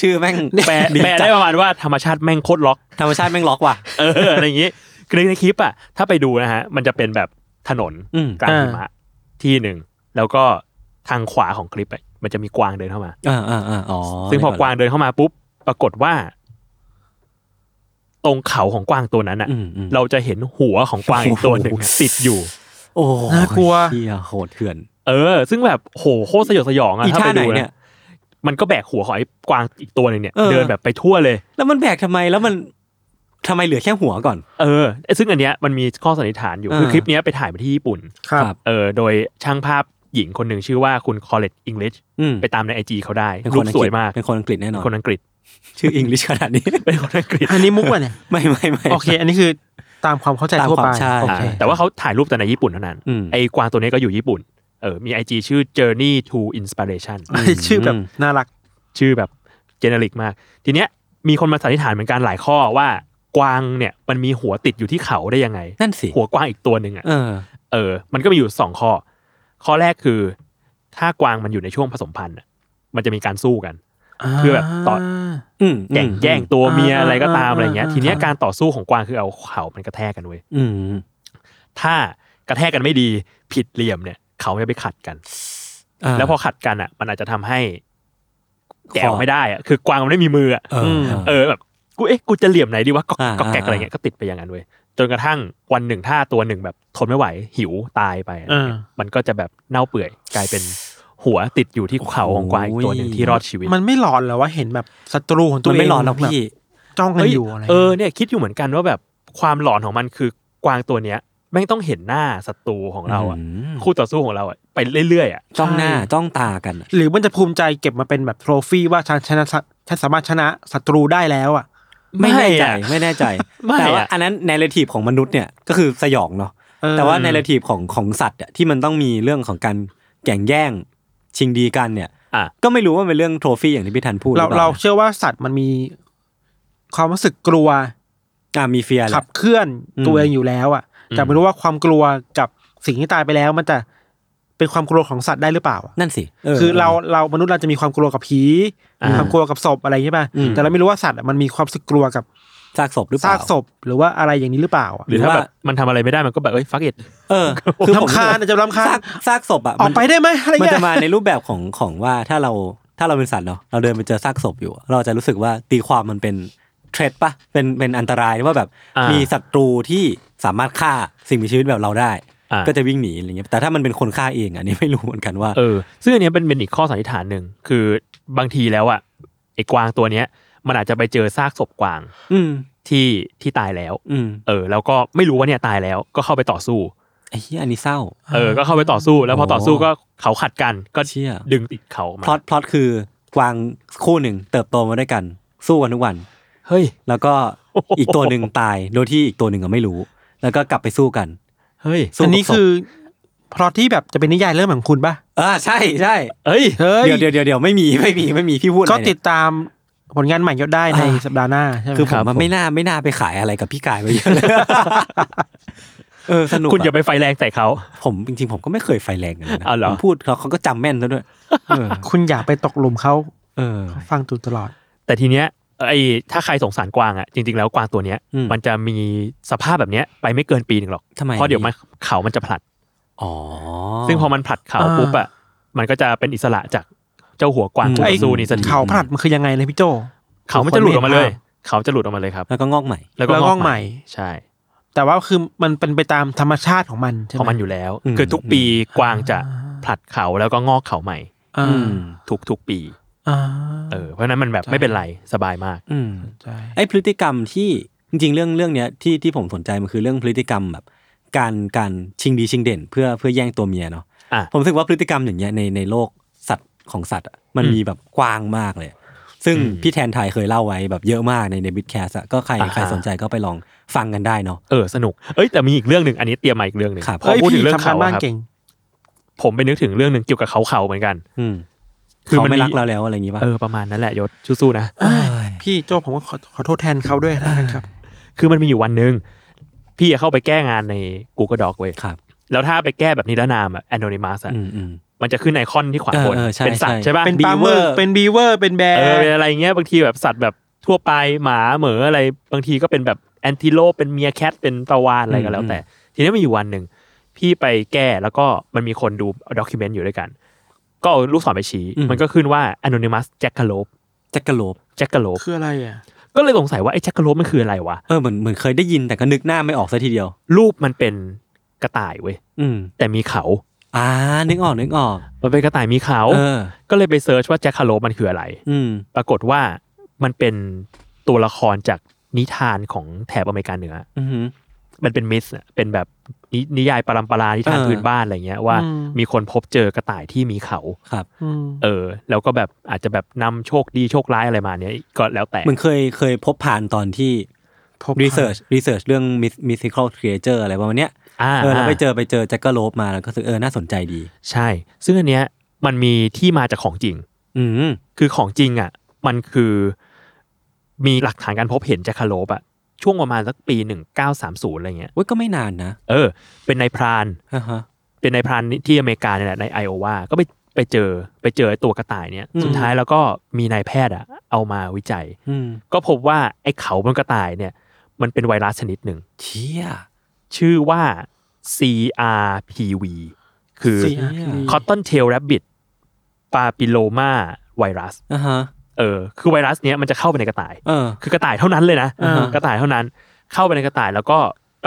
[SPEAKER 2] ชื่อแม่ง
[SPEAKER 4] แปล
[SPEAKER 2] ดี
[SPEAKER 4] แปล
[SPEAKER 2] จั
[SPEAKER 4] ได้
[SPEAKER 2] ด
[SPEAKER 4] ประมาณว่าธรรมชาติแม่งโคตรล็อก
[SPEAKER 2] ธรรมชาติแม่งล็อกว่ะ
[SPEAKER 4] เอ ออะไรอย่างงี้คือในคลิปอ่ะถ้าไปดูนะฮะ มันจะเป็นแบบถนน
[SPEAKER 2] อืม
[SPEAKER 4] กลางหิมะที่หนึ่ง แล้วก็ทางขวาของคลิปอะมันจะมีกวางเดินเข้ามา
[SPEAKER 2] อ่าอ่าอ่าอ๋อ
[SPEAKER 4] ซึ่งพอกวางเดินเข้ามาปุ๊บ ปรากฏว่า ตรงเขาของกวางตัวนั้นอ่ะ
[SPEAKER 2] อืมอืม
[SPEAKER 4] เราจะเห็นหัวของกวางอีกตัวหนึ่งอะ
[SPEAKER 2] โอ้โห
[SPEAKER 4] ติดอยู่
[SPEAKER 2] โอ้
[SPEAKER 3] น่ากลัว
[SPEAKER 2] เชี่ยโหดเถื่อน
[SPEAKER 4] เออ ซึ่งแบบโหโคตรสยดสยองอะ
[SPEAKER 2] อี
[SPEAKER 4] ถ้า
[SPEAKER 2] ท่า
[SPEAKER 4] ไป
[SPEAKER 2] ไหน
[SPEAKER 4] ดู
[SPEAKER 2] เนี่
[SPEAKER 4] นะ
[SPEAKER 2] ย
[SPEAKER 4] มันก็แบกหัวของไอ้กวางอีกตัวหนึ่งเนี่ย
[SPEAKER 2] เออ
[SPEAKER 4] เดินแบบไปทั่วเลย
[SPEAKER 2] แล้วมันแบกทำไมแล้วมันทำไมเหลือแค่หัวก่อน
[SPEAKER 4] เออ ซึ่งอันเนี้ยมันมีข้อสันนิษฐานอยู่
[SPEAKER 2] อ่า
[SPEAKER 4] คือคลิปเนี้ยไปถ่ายมาที่ญี่ปุ่น
[SPEAKER 3] ครับ
[SPEAKER 4] เออ โดยช่างภาพหญิงคนหนึ่งชื่อว่าคุณคอเลตอิงลิช
[SPEAKER 2] อืม
[SPEAKER 4] ไปตามในไอจีเขาได้
[SPEAKER 2] เป็น
[SPEAKER 4] รู
[SPEAKER 2] คน
[SPEAKER 4] ป
[SPEAKER 2] อัง
[SPEAKER 4] ส
[SPEAKER 2] ก
[SPEAKER 4] ว
[SPEAKER 2] ฤษ
[SPEAKER 4] ยมาก
[SPEAKER 2] เป็นคนอังกฤษแน่นอน
[SPEAKER 4] คนอังกฤษ
[SPEAKER 2] ชื่ออังกฤษขนาดนี้
[SPEAKER 4] เป็นคนอังกฤษ
[SPEAKER 3] อันนี้มุกวะเนี่ย
[SPEAKER 2] ไม่ไม่ไม่
[SPEAKER 3] โอเค อันนี้คือตามความเข้าใจทั่วไป
[SPEAKER 2] ตามความใช่
[SPEAKER 3] โอ
[SPEAKER 4] อ่า
[SPEAKER 3] เค
[SPEAKER 4] แต่ว่าเขาถ่ายรูปแต่ในญี่ปุ่นเท่านั้น
[SPEAKER 2] อืม
[SPEAKER 4] ไอ้กวางตัวนี้ก็อยู่ญี่ปุ่น เออ มีไอจีชื่อ journey to inspiration
[SPEAKER 3] ชื่อแบบน่ารัก
[SPEAKER 4] ชื่อแบบเจเนริกมาก ทีเนี้ยมีคนมาสันนิษฐานเหมือนกันหลายข้อว่ากวางเนี่ยมันมีหัวติดอยู่ที่เขาได้ยังไง
[SPEAKER 2] นั่นสิ
[SPEAKER 4] หัวกวางอีกตัวหนึ่งอ่ะ
[SPEAKER 2] เออ
[SPEAKER 4] เออมันก็มีอยู่สองข้อ ข้อแรกคือ ถ้ากวางมันอยู่ในช่วงผสมพันธุ์อะมันจะมีการสู้กัน เพื่อแบบต่อ
[SPEAKER 2] อืม
[SPEAKER 4] แก่งแย่งตัวเมีย
[SPEAKER 3] อ่า
[SPEAKER 4] อะไรก็ตาม
[SPEAKER 3] อ่า
[SPEAKER 4] อะไรเงี้ย
[SPEAKER 3] อ่า
[SPEAKER 4] ทีเนี้ยการต่อสู้ของกวางคือเอาเขามันกระแทกกันเว้ย
[SPEAKER 2] อืม
[SPEAKER 4] ถ้ากระแทกกันไม่ดีผิดเหลี่ยมเนี่ย เขาจะไปขัดกัน
[SPEAKER 2] า
[SPEAKER 4] แล้วพอขัดกันอ่ะ มันอาจจะทำให้แกะ
[SPEAKER 2] คอ
[SPEAKER 4] ออกไม่ได้อ่ะคือกวางมันไม่มีมืออ่ะ
[SPEAKER 2] เอออ
[SPEAKER 4] เออแบบกูเอ๊ะกูจะเหลี่ยมไหนดีวะก็
[SPEAKER 2] อ่า
[SPEAKER 4] ก็แกก
[SPEAKER 2] อ่า
[SPEAKER 4] อะไรเงี้ยก็ติดไปอย่างนั้นเว้ยจนกระทั่งวันหนึ่งถ้าตัวหนึ่งแบบทนไม่ไหวหิวตายไปอะไรเงี้ย
[SPEAKER 3] อ่ามั
[SPEAKER 4] มันก็จะแบบเน่าเปื่อยกลายเป็นหัวติดอยู่ที่เขาของกวางอีกตัวหนึ่งที่รอดชีวิต
[SPEAKER 3] มันไม่หลอนเหรอว่าเห็นแบบศัตรูของตัว
[SPEAKER 2] มัน
[SPEAKER 3] เอง
[SPEAKER 2] ไม่หลอนหรอกพี่
[SPEAKER 3] แบบจ้องกัน
[SPEAKER 4] เอ้ย
[SPEAKER 3] อยู่อะไร
[SPEAKER 4] เออเนี่ยคิดอยู่เหมือนกันว่าแบบความหลอนของมันคือกวางตัวเนี้ยแม่งต้องเห็นหน้าศัตรูของเราอ่ะ
[SPEAKER 2] อืม
[SPEAKER 4] คู่ต่อสู้ของเราอ่ะไปเรื่อยๆอ่ะ
[SPEAKER 2] จ้องหน้าจ้องตากันอะ
[SPEAKER 3] หรือมันจะภูมิใจเก็บมาเป็นแบบโทรฟี่ว่าฉันชนะฉันสามารถชนะศัตรูได้แล้วอ่ะ
[SPEAKER 2] ไม่แน่ใจ
[SPEAKER 4] อะ
[SPEAKER 2] ไม่แน่ใจ
[SPEAKER 4] ไม่
[SPEAKER 2] แต่ว่า
[SPEAKER 4] อะ
[SPEAKER 2] อันนั้นในเรทีฟของมนุษย์เนี่ยก็คือสยองเนาะ
[SPEAKER 3] เออ
[SPEAKER 2] แต่ว่าในเรทีฟของของสัตว์อะที่มันต้องมีเรื่องของการแก่งแย่งชิงดีกันเนี่ย
[SPEAKER 4] อ่ะ
[SPEAKER 2] ก็ไม่รู้ว่าเป็นเรื่องโทฟี่อย่างที่พี่ทันพูดห
[SPEAKER 3] เรา
[SPEAKER 2] อปล่
[SPEAKER 3] เรา
[SPEAKER 2] นะ
[SPEAKER 3] เชื่อว่าสัตว์มันมีความรู้สึกกลัว
[SPEAKER 2] อ่ะมีเฟียร์แห
[SPEAKER 3] ขับ
[SPEAKER 2] ละ
[SPEAKER 3] เคลื่อน
[SPEAKER 2] อืม
[SPEAKER 3] ตัวเองอยู่แล้วอ่ะแต่ไม่รู้ว่าความกลัวกับสิ่งที่ตายไปแล้ว มันจะเป็นความกลัวของสัตว์ได้หรือเปล่าอะ
[SPEAKER 2] นั่นสิ
[SPEAKER 3] คือเราเรามนุษย์เราจะมีความกลัวกับผี
[SPEAKER 4] อ่ามี
[SPEAKER 3] ความกลัวกับศพอะไรใช่ป่ะแต่เราไม่รู้ว่าสัตว์อะมันมีความรู้สึกกลัวกับ
[SPEAKER 2] ซากศพหรือเป
[SPEAKER 3] ซา
[SPEAKER 2] ล่า
[SPEAKER 3] กศพหรือว่าอะไรอย่างนี้หรือเปล่าอะ
[SPEAKER 4] หรือ
[SPEAKER 2] หรื
[SPEAKER 4] ถ้า
[SPEAKER 2] อว่า
[SPEAKER 4] แบบมันทำอะไรไม่ได้มันก็แบบเอ้ยฟักเอ็ด
[SPEAKER 2] เออคือผม
[SPEAKER 3] รำคาญอาจจะรำคาญ
[SPEAKER 2] ซากซากศพอ่ะ
[SPEAKER 3] ออ
[SPEAKER 2] มั
[SPEAKER 3] ก
[SPEAKER 2] น
[SPEAKER 3] ไปได้ไหมอะไร
[SPEAKER 2] มัน
[SPEAKER 3] เงี้
[SPEAKER 2] จะ
[SPEAKER 3] ย
[SPEAKER 2] มาในรูปแบบของของว่าถ้าเราถ้าเราเป็นสัตว์เนาะเราเดินไปเจอซากศพอยู่ เราจะรู้สึกว่าตีความมันเป็นเทรดปะเป็นเป็นอันตรายว่าแบบ
[SPEAKER 4] อ่ามี
[SPEAKER 2] มีศัตรูที่สามารถฆ่าสิ่งมีชีวิตแบบเราได้
[SPEAKER 4] อ่า
[SPEAKER 2] ก็จะวิ่งหนีอะไรเงี้ยแต่ถ้ามันเป็นคนฆ่าเองอันนี้ไม่รู้เหมือนกันว่า
[SPEAKER 4] เออซึ่งอันเนี้ยเป็นเป็นอีกข้อสันนิษฐานหนึ่งคือบางทีแล้วอ่ะไอ้กวางตัวเนี้ย มันอาจจะไปเจอซากศพกวาง
[SPEAKER 2] อืม
[SPEAKER 4] ที่ที่ตายแล้ว
[SPEAKER 2] อืม
[SPEAKER 4] เออ แล้วก็ไม่รู้ว่าเนี่ยตายแล้วก็เข้าไปต่อสู้
[SPEAKER 2] ไอ้เหี้ยอันนี้เศร้า
[SPEAKER 4] เออ ก็เข้าไปต่อสู้ แล้วพอ
[SPEAKER 2] โอ้
[SPEAKER 4] ต่อสู้ก็เขาขัดกันก็
[SPEAKER 2] เชี่ย
[SPEAKER 4] ดึงติดเขามา
[SPEAKER 2] พล็อตพล็อตคือกวางคู่หนึ่งเติบโตมาด้วยกันสู้กันทุกวัน
[SPEAKER 4] เฮ้ย
[SPEAKER 2] แล้วก็อีกตัวหนึ่งตายโดยที่อีกตัวหนึ่งอะไม่รู้ แล้วก็กลับไปสู้กัน
[SPEAKER 4] เฮ้ย
[SPEAKER 2] สู้
[SPEAKER 3] อัน
[SPEAKER 2] กับศ
[SPEAKER 3] นี้
[SPEAKER 2] พ
[SPEAKER 3] คือพลอตที่แบบจะเป็นนิยายเรื่องของคุณป่ะ
[SPEAKER 2] อ่าใช่ใช่
[SPEAKER 4] เฮ้ย
[SPEAKER 3] เฮ้ย
[SPEAKER 2] เดี๋ยวเดี๋ยวเดี๋ยวเดี๋ยวไม่มีไม่มีไม่มีพี่พูดอะไร
[SPEAKER 3] ก็
[SPEAKER 2] เนี่ย
[SPEAKER 3] ติดตามผลงานใหม่ยอดได้ใน
[SPEAKER 2] อ่า
[SPEAKER 3] สัปดาห์หน้าใช่ไหม
[SPEAKER 2] คือผ
[SPEAKER 3] ค
[SPEAKER 2] ม
[SPEAKER 3] รับ
[SPEAKER 2] มันไม่น่าไม่น่าไปขายอะไรกับพี่กายไปเยอะเลย เออสนุก
[SPEAKER 4] คุณอย่า
[SPEAKER 2] อะ
[SPEAKER 4] ไปไฟแรงใส่เขา
[SPEAKER 2] ผมจริงๆ ผมก็ไม่เคยไฟแรงกันเลยนะ
[SPEAKER 4] อ้าวเหร
[SPEAKER 2] ผ
[SPEAKER 4] อ
[SPEAKER 2] มพูดเขาเขาก็จำแม่นซะด้วย เออ
[SPEAKER 3] คุณอยากไปตกหลุมเขา
[SPEAKER 2] เออ
[SPEAKER 3] ฟังตูตลอด
[SPEAKER 4] แต่ทีเนี้ยไอ้ถ้าใครสงสารกวางอ่ะจริงๆแล้วกวางตัวเนี้ย
[SPEAKER 2] อืม
[SPEAKER 4] มันจะมีสภาพแบบเนี้ยไปไม่เกินปีหนึ่งหรอก
[SPEAKER 2] ทำไม
[SPEAKER 4] เพราะเดี๋ยวมันเขามันจะผลัด
[SPEAKER 2] อ๋อ
[SPEAKER 4] ซึ่งพอมันผลัดเขา
[SPEAKER 3] อ่า
[SPEAKER 4] ปุ๊บอะมันก็จะเป็นอิสระจากเจ้าหัวกวาง
[SPEAKER 2] อืม
[SPEAKER 4] คู่ต่อสู้นี่สักที
[SPEAKER 3] เขาผลัดมันคือยังไงนะพี่โจ
[SPEAKER 4] เขามันจะหลุดออกมาเลย เขาจะหลุดออกมาเลยครับ
[SPEAKER 2] แล้วก็งอกใหม่
[SPEAKER 4] แล้วก็
[SPEAKER 3] แล้ว
[SPEAKER 4] ง
[SPEAKER 3] ก็
[SPEAKER 4] อก
[SPEAKER 3] ให
[SPEAKER 4] ให
[SPEAKER 3] ม่
[SPEAKER 4] ม่ ใช่
[SPEAKER 3] แต่ว่าคือมันเป็นไปตามธรรมชาติของมันใช่ไห
[SPEAKER 4] เพราะ
[SPEAKER 3] ม
[SPEAKER 4] มันอยู่แล้ว
[SPEAKER 2] อืม
[SPEAKER 4] คือทุกปีกวางจะผลัดเขาแล้วก็งอกเขาใหม่
[SPEAKER 3] อ่า
[SPEAKER 2] อืม
[SPEAKER 4] ทุกทุกปี
[SPEAKER 3] อ่า
[SPEAKER 4] เออเพราะฉะนั้นมันแบบไม่เป็นไรสบายมาก
[SPEAKER 2] อืม
[SPEAKER 3] ใช่
[SPEAKER 2] ไอพฤติกรรมที่จริงๆ เรื่องเรื่องเนี้ยที่ที่ผมสนใจมันคือเรื่องพฤติกรรมแบบ การการชิงดีชิงเด่น เพื่อเพื่อแย่งตัวเมียเนาะ
[SPEAKER 4] อ่ะ
[SPEAKER 2] ผมรู้สึกว่าพฤติกรรมอย่างเงี้ยในในโลกสัตว์ของสัตว์อะมันมีแบบกว้างมากเลย ซึ่งพี่แทนไทยเคยเล่าไว้แบบเยอะมากในในบิทแคสก็ใครใครสนใจก็ไปลองฟังกันได้เนาะ
[SPEAKER 4] เออสนุกเอ้ยแต่มีอีกเรื่องหนึ่งอันนี้เตรียมมาอีกเรื่องหนึ่ง
[SPEAKER 2] ครับ
[SPEAKER 4] พอ
[SPEAKER 3] เฮ้ย
[SPEAKER 4] พูดถึ
[SPEAKER 3] พี่
[SPEAKER 4] งเรื่อง
[SPEAKER 3] ทำกา
[SPEAKER 4] เขา
[SPEAKER 3] รบ้าน
[SPEAKER 4] อะครับ
[SPEAKER 3] เก่ง
[SPEAKER 4] ผมไปนึกถึงเรื่องหนึ่งเกี่ยวกับเขาเขาเหมือนกัน
[SPEAKER 2] อืม
[SPEAKER 4] คือ
[SPEAKER 2] เขา
[SPEAKER 4] มันมี
[SPEAKER 2] ไม่รักเราแล้วอะไรอย่างงี้ป่ะ
[SPEAKER 4] เออประมาณนั้นแหละยศสู้ๆนะ
[SPEAKER 2] เอ้ย
[SPEAKER 3] พี่โจผมก็ขอขอโทษแทนเขาด้วยนะครับ
[SPEAKER 4] คือมันมีอยู่วันหนึ่งพี่อะเข้าไปแก้งานใน Google Doc เว้ย
[SPEAKER 2] ครับ
[SPEAKER 4] แล้วถ้าไปแก้แบบนิรนามอะ anonymous อะ
[SPEAKER 2] อืมอืม
[SPEAKER 4] มันจะขึ้นไอคอนที่ขวาบน
[SPEAKER 2] เออเออใช่
[SPEAKER 4] เป็นสัตว์
[SPEAKER 2] ใช่
[SPEAKER 4] ใช่ป่ะ
[SPEAKER 3] เป็นปลาหมึกเป็นบีเวอร์เป็นแบ
[SPEAKER 4] เอ
[SPEAKER 3] ร์
[SPEAKER 4] อเป็นอะไรเงี้ยบางทีแบบสัตว์แบบทั่วไปหมาเหมืออะไรบางทีก็เป็นแบบแอนติโลปเป็นเมียแคทเป็นปลาวานอะไรก็แล้วแต่ ทีนี้มีอยู่วันหนึ่งพี่ไปแก้แล้วก็มันมีคนดูด็อกิเมนต์อยู่ด้วยกัน ก็เอาลูกศรไปชี้
[SPEAKER 2] อืม
[SPEAKER 4] มันก็ขึ้นว่า anonymous jack a l o p e
[SPEAKER 2] จักรโลบ
[SPEAKER 4] jack a l o p e
[SPEAKER 3] คืออะไรอ่ะ
[SPEAKER 4] ก็เลยสงสัยว่าไอ้ jack a l o p e มันคืออะไรวะ
[SPEAKER 2] เออเหมือนเหมือนเคยได้ยินแต่ก็นึกหน้าไม่ออกซะทีเดียว
[SPEAKER 4] รูปมันเป็น กระต่ายเว้ย
[SPEAKER 2] อืม
[SPEAKER 4] แต่มีเขา
[SPEAKER 2] อ่านึกออกนึกออก
[SPEAKER 4] มันเป็นกระต่ายมีเขา
[SPEAKER 2] เออ
[SPEAKER 4] ก็เลยไปเซิร์ชว่าแจ็คคาโลมันคืออะไร
[SPEAKER 2] อืม
[SPEAKER 4] ปรากฏว่ามันเป็นตัวละครจากนิทานของแถบอเมริกาเหนือ
[SPEAKER 2] อืม
[SPEAKER 4] มันเป็นมิสน่ะเป็นแบบนินิยายปรัมปรานิทาน
[SPEAKER 2] เออ
[SPEAKER 4] พื้นบ้านอะไรเงี้ยว่า
[SPEAKER 3] อืม
[SPEAKER 4] มีคนพบเจอกระต่ายที่มีเขา
[SPEAKER 2] ครับ
[SPEAKER 3] อืม
[SPEAKER 4] เออ แล้วก็แบบอาจจะแบบนำโชคดีโชคร้ายอะไรมาเนี้ยก็แล้วแต่
[SPEAKER 2] เหมือนเคยเคยพบผ่านตอนที่
[SPEAKER 3] พบผ่าน
[SPEAKER 2] รีเสิร์ชรีเสิร์ชเรื่องมิสซิคอลครีเอเจอร์อะไรประมาณเนี้ย
[SPEAKER 4] อ่า
[SPEAKER 2] เออแล้วไป
[SPEAKER 4] อ่า
[SPEAKER 2] เจอไปเจอแจ็คเกอร์โลบมาแล้วก็รู้สึกเออน่าสนใจดี
[SPEAKER 4] ใช่ ซึ่งอันเนี้ยมันมีที่มาจากของจริง
[SPEAKER 2] อืม
[SPEAKER 4] คือของจริงอ่ะ มันคือมีหลักฐานการพบเห็นจากคาโลปอะช่วงประมาณสักปี 1930อะไรเงี้ย
[SPEAKER 2] เว้ยก็ไม่นานนะ
[SPEAKER 4] เออ เป็นนายพราน
[SPEAKER 2] อ่าฮะ
[SPEAKER 4] เป็นนายพรานที่อเมริกาเนี่ยแหละในไอโอวา ก็ไปไปเจอไปเจอไอ้ตัวกระต่ายเนี่ย
[SPEAKER 2] อืม
[SPEAKER 4] สุดท้ายแล้วก็มีนายแพทย์อะเอามาวิจัย
[SPEAKER 2] อืม
[SPEAKER 4] ก็พบว่าไอ้เขาบนกระต่ายเนี่ย มันเป็นไวรัสชนิดหนึ่ง
[SPEAKER 2] เชี่ย
[SPEAKER 4] ชื่อว่า CRPV คือ
[SPEAKER 3] เสีย
[SPEAKER 2] อืม
[SPEAKER 4] Cotton Tail Rabbit Papilloma Virus
[SPEAKER 2] อ่าฮะ
[SPEAKER 4] เออ คือไวรัสเนี้ยมันจะเข้าไปในกระต่าย
[SPEAKER 2] เออ
[SPEAKER 4] คือกระต่ายเท่านั้นเลยนะ
[SPEAKER 2] อ่าฮะ
[SPEAKER 4] กระต่ายเท่านั้น เข้าไปในกระต่ายแล้วก็ไป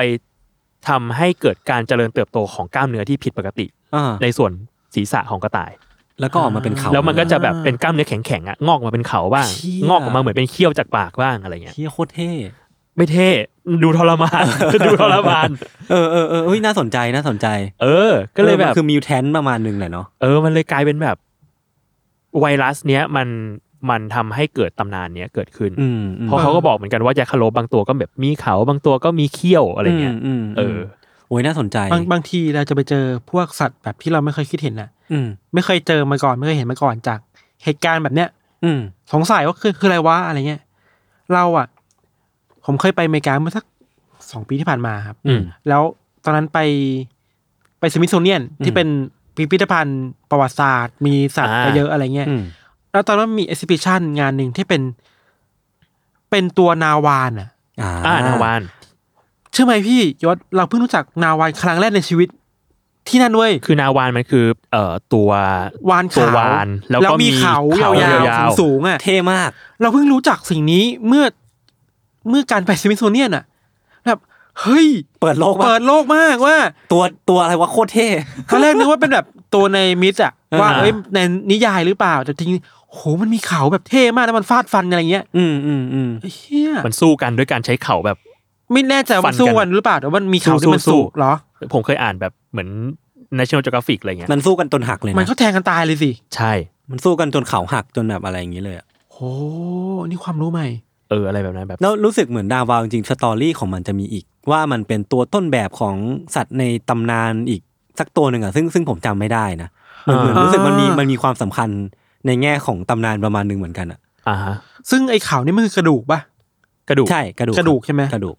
[SPEAKER 4] ทำให้เกิดการเจริญเติบโตของกล้ามเนื้อที่ผิดปกติ
[SPEAKER 2] อ่า
[SPEAKER 4] ในส่วนศีรษะของกระต่าย
[SPEAKER 2] แล้วก็ออกมาเป็นเขา
[SPEAKER 4] แล้วมันก็จะแบบเป็นกล้ามเนื้อแข็งๆอะงอกมาเป็นเขาบ้าง
[SPEAKER 2] เชี่ย
[SPEAKER 4] งอกออกมาเหมือนเป็นเขี้ยวจากปากบ้างอะไรเงี้ย
[SPEAKER 2] เชี่ยโคตรเท่
[SPEAKER 4] ไม่เท่ ดูทรมาน ดูทรมาน
[SPEAKER 2] เออเออเออเฮ้ยน่าสนใจน่าสนใจ
[SPEAKER 4] เออ ก็เลยแบ
[SPEAKER 2] อบ อมันคือมิวแทนประมาณหนึงแหละเนาะ
[SPEAKER 4] เออ มันเลยกลายเป็นแบบ ไวรัสเนี้ยมันมันทำให้เกิดตำนานเนี้ยเกิดขึ้น
[SPEAKER 2] อืมอืม
[SPEAKER 4] เพราะเขาก็บอกเหมือนกันว่าแยาคาโลบบางตัวก็แบบมีเขาบางตัวก็มีเขี้ยวอะไรเงี้ย
[SPEAKER 2] อืมม
[SPEAKER 4] เออ
[SPEAKER 2] โอ้ยน่าสนใจ
[SPEAKER 3] บางบางทีเราจะไปเจอพวกสัตว์แบบที่เราไม่เคยคิดเห็นน่ะ
[SPEAKER 2] อืม
[SPEAKER 3] ไม่เคยเจอมาก่อนไม่เคยเห็นมาก่อนจากเหตุการณ์แบบเนี้ย
[SPEAKER 2] อืม
[SPEAKER 3] สงสัยว่าคือคืออะไรวะอะไรเงี้ย เราอ่ะ ผมเคยไปอเมริกาเมื่อสักสองปีที่ผ่านมาครับ
[SPEAKER 4] อืม
[SPEAKER 3] แล้วตอนนั้นไปไปสมิธโซเนียนที่เป็นพิพิธภัณฑ์ประวัติศาสตร์ มีสัตว์
[SPEAKER 4] อ่า
[SPEAKER 3] เยอะอะไรเงี้ย
[SPEAKER 2] อืม
[SPEAKER 3] แล้วตอนนั้นมี e อ h i b i ิ i ชันงานหนึ่งที่เป็น เป็นตัวนาวานอ่ะ
[SPEAKER 2] อ่า
[SPEAKER 4] อ่านาวาน
[SPEAKER 3] เชื่อไหมพี่ยศเราเพิ่งรู้จักนาวานครั้งแรกในชีวิต ที่นั่นเว้ย
[SPEAKER 4] คือนาวานมันคือเอ่อตัว
[SPEAKER 3] วาน
[SPEAKER 4] ตัว
[SPEAKER 3] ขาว
[SPEAKER 4] วาน แล้วก็
[SPEAKER 3] มีเขายาวๆสูงๆอ่ะ
[SPEAKER 2] เท่มาก
[SPEAKER 3] เราเพิ่งรู้จักสิ่งนี้เมื่อเมื่อการไปสมิธโซเนียนอ่ะแบบเฮ้ย
[SPEAKER 2] เปิดโลก
[SPEAKER 3] เปิ
[SPEAKER 2] ว่า
[SPEAKER 3] ดโลกมากว่า
[SPEAKER 2] ตัวตัวอะไรวะโคตรเท่
[SPEAKER 3] ตอนแรกนึกว่าเป็นแบบตัวในมิสอะ
[SPEAKER 2] อ่า
[SPEAKER 3] ว่าเอ้ยในนิยายหรือเปล่า แต่จริงโหมันมีเขาแบบเท่มากแล้วมันฟาดฟันอะไรเงี้ย
[SPEAKER 2] อืมอืมอืม
[SPEAKER 3] เฮีย
[SPEAKER 4] มันสู้กันด้วยการใช้เข่าแบบ
[SPEAKER 3] ไม่แน่ใจว่ามัน
[SPEAKER 4] ฟันกัน
[SPEAKER 3] สู้กันหรือเปล่าแต่ว่ามันมีเขา
[SPEAKER 4] สู้
[SPEAKER 3] ที่มัน
[SPEAKER 4] สู้
[SPEAKER 3] สู้เหรอ
[SPEAKER 4] ผมเคยอ่านแบบเหมือน National Geographic อะไรเงี้ย
[SPEAKER 2] มันสู้กันจนหักเลย
[SPEAKER 3] มัน
[SPEAKER 2] นะ
[SPEAKER 3] ก็แทงกันตายเลยสิ
[SPEAKER 4] ใช่
[SPEAKER 2] มันสู้กันจนเขาหักจนแบบอะไรอย่างนี้เลยอะ
[SPEAKER 3] โหนี่ความรู้ใหม่
[SPEAKER 4] เอออะไรแบบนั้นแบบ
[SPEAKER 2] แล้วรู้สึกเหมือนดาวาวจริงๆสตอรี่ของมันจะมีอีก ว่ามันเป็นตัวต้นแบบของสัตว์ในตำนานอีกสักตัวหนึ่งอะซึ่งซึ่งผมจำไม่ได้นะเหมือน
[SPEAKER 4] อ่า
[SPEAKER 2] เหมือนรู้สึกมันมี
[SPEAKER 3] อ่ามั
[SPEAKER 2] มันมีความสำคัญในแง่ของตำนานประมาณหนึ่งเหมือนกันอะ
[SPEAKER 4] อ่าฮะ
[SPEAKER 3] ซึ่งไอ้เขานี่มันคือกระดูกปะ
[SPEAKER 4] กระดูก
[SPEAKER 2] ใช่กระดูก
[SPEAKER 3] กระดูกใช่ไหม
[SPEAKER 2] กระดูก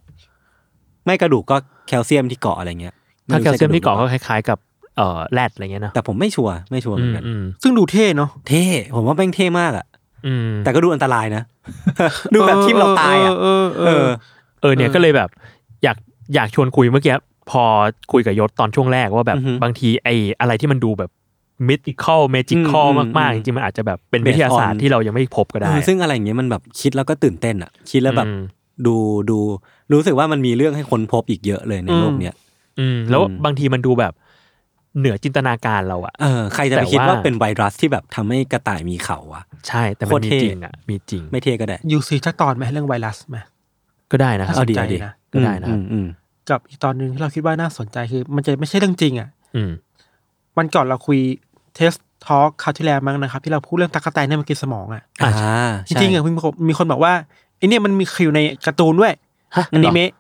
[SPEAKER 2] ไม่กระดูกก็แคลเซียมที่เกาะอะไรเงี้ย
[SPEAKER 4] ถ้าแคลเซียมที่เกาะก็
[SPEAKER 2] ไรู้ใช่
[SPEAKER 4] คล้ายๆกับเอ่อแรดอะไรเงี้ย
[SPEAKER 2] ระดูกหรือเปล่า
[SPEAKER 4] เนาะ
[SPEAKER 2] แต่ผมไม่ชัวร์ไม่ชัวร์เหมือนกัน
[SPEAKER 4] อืม
[SPEAKER 3] ซึ่งดูเท่เนาะ
[SPEAKER 2] เท่ผมว่าแม่งเท่มากอะ
[SPEAKER 4] อืม
[SPEAKER 2] แต่ก็ดูอันตรายนะ ดูแบบทิ่มเราตายอะ
[SPEAKER 3] เออเออ
[SPEAKER 2] เอ
[SPEAKER 3] เออ
[SPEAKER 2] อ
[SPEAKER 4] เออเนี่ยก็เลยแบบอยากอยากชวนคุยเมื่อกี้พอคุยกับยศตอนช่วงแรกว่าแบบ
[SPEAKER 2] อือฮึ
[SPEAKER 4] บางทีไอ้อะไรที่มันดูแบบมิติคอลเมจิคอล
[SPEAKER 2] อืมอืม
[SPEAKER 4] มากๆ จริงๆมันอาจจะแบบเป็นวิทยาศาสต
[SPEAKER 2] Based
[SPEAKER 4] ร์
[SPEAKER 2] on
[SPEAKER 4] ที่เรายังไม่พบก็ได้
[SPEAKER 2] เออซึ่งอะไรอย่างเงี้ยมันแบบคิดแล้วก็ตื่นเต้นอะคิดแล้วแบบ
[SPEAKER 4] อืม
[SPEAKER 2] ดูดูรู้สึกว่ามันมีเรื่องให้คนพบอีกเยอะเลยใน
[SPEAKER 3] อืม
[SPEAKER 2] โลกเนี้ย
[SPEAKER 4] อืมแล้ว
[SPEAKER 2] อืม
[SPEAKER 4] บางทีมันดูแบบเหนือจินตนาการเราอะ
[SPEAKER 2] เออใครจะไปคิดว่าเป็นไวรัสที่แบบทำให้กระต่ายมีเขาอะ
[SPEAKER 4] ใช่แต่มัน
[SPEAKER 2] โคตร
[SPEAKER 4] มี
[SPEAKER 2] เท่
[SPEAKER 4] จริงอะมีจริง
[SPEAKER 2] ไม่เท่ก็ได้
[SPEAKER 3] ยูซีชักตอนไหมเรื่องไวรัสไหม
[SPEAKER 4] ก็ได้นะครับ
[SPEAKER 2] เอาดี
[SPEAKER 3] น่าสนใจ
[SPEAKER 2] เอาดี
[SPEAKER 3] นะ
[SPEAKER 4] ก็ได้นะค
[SPEAKER 2] อื
[SPEAKER 4] รับ
[SPEAKER 2] มอืม
[SPEAKER 3] กับอีกตอนหนึ่งที่เราคิดว่าน่าสนใจคือ มันจะไม่ใช่เรื่องจริงอ่ะ
[SPEAKER 4] อืม
[SPEAKER 3] วันก่อนเราคุยเทสทอล์กคราวที่แล้วมั้งนะครับ ที่เราพูดเรื่องตั๊กแตนเนี่ยมันกินสมองอ่ะ
[SPEAKER 2] อ่า
[SPEAKER 3] จริงๆ
[SPEAKER 2] อ่ะ
[SPEAKER 3] อ่ะมีคนมีคนบอกว่าไอเนี่ยมันมีอยู่ในการ์ตูนด้วย
[SPEAKER 4] ฮะ
[SPEAKER 3] อนิ
[SPEAKER 4] เม
[SPEAKER 3] เมะ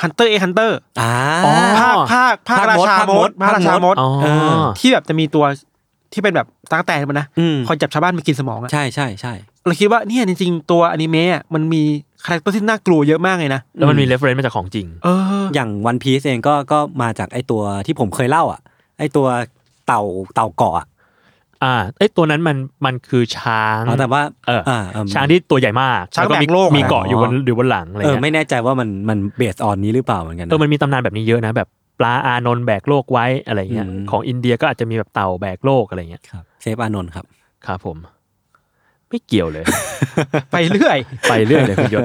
[SPEAKER 3] ฮันเตอร์เอฮันเตอร์
[SPEAKER 2] อ่า
[SPEAKER 4] อ๋อ
[SPEAKER 3] ภาคภาคภาค
[SPEAKER 2] ภาค
[SPEAKER 3] ราชาม
[SPEAKER 2] ม
[SPEAKER 3] ด
[SPEAKER 2] ด
[SPEAKER 3] ภาคราชามด
[SPEAKER 4] อ๋อ
[SPEAKER 2] เออ
[SPEAKER 3] ที่แบบจะมีตัวที่เป็นแบบตั๊กแตนมันนะ
[SPEAKER 2] อืม
[SPEAKER 3] คอยจับชาวบ้านมากินสมองอ่ะ
[SPEAKER 2] ใช่ใช่ใช่
[SPEAKER 3] เราคิดว่าเนี่ยจริงๆตัวอนิเมะอ่ะมันมีคาแรคเตอร์ที่น่ากลัวเยอะมากเลยนะ
[SPEAKER 4] แล้วมันมีเรฟเฟรนซ์มาจากของจริง
[SPEAKER 3] เอ อ
[SPEAKER 2] อย่างวันพีซเองก็ก็มาจากไอตัวที่ผมเคยเล่าอะไอตัวเต่าเต่าเกาะอะ
[SPEAKER 4] อ่าไอยตัวนั้นมันมันคือช้าง
[SPEAKER 2] อ๋อแต่ว่า
[SPEAKER 4] เออ
[SPEAKER 2] อ่าเออ
[SPEAKER 4] ช้างที่ตัวใหญ่มาก
[SPEAKER 3] ช้าง
[SPEAKER 4] วมี
[SPEAKER 3] แบกโลกอะ
[SPEAKER 4] มีเกาะอยู่บนอยู่บนหลังอะไร
[SPEAKER 2] เออ
[SPEAKER 4] เงี้ย
[SPEAKER 2] ไม่แน่ใจว่ามันมันเบสออนนี้หรือเปล่าเหมือนกัน
[SPEAKER 4] เออ
[SPEAKER 2] นะ
[SPEAKER 4] มันมีตำนานแบบนี้เยอะนะแบบปลาอานนท์แบกโลกไว้อะไรเงี้ย
[SPEAKER 2] อืม
[SPEAKER 4] ของอินเดียก็อาจจะมีแบบเต่าแบกโลกอะไรเงี้ย
[SPEAKER 2] ครับเซฟอานนท์ครับ
[SPEAKER 4] ครับผม ไม่เกี่ยวเลย
[SPEAKER 3] ไปเรื่อย
[SPEAKER 4] ไปเรื่อยเลยคุณยศ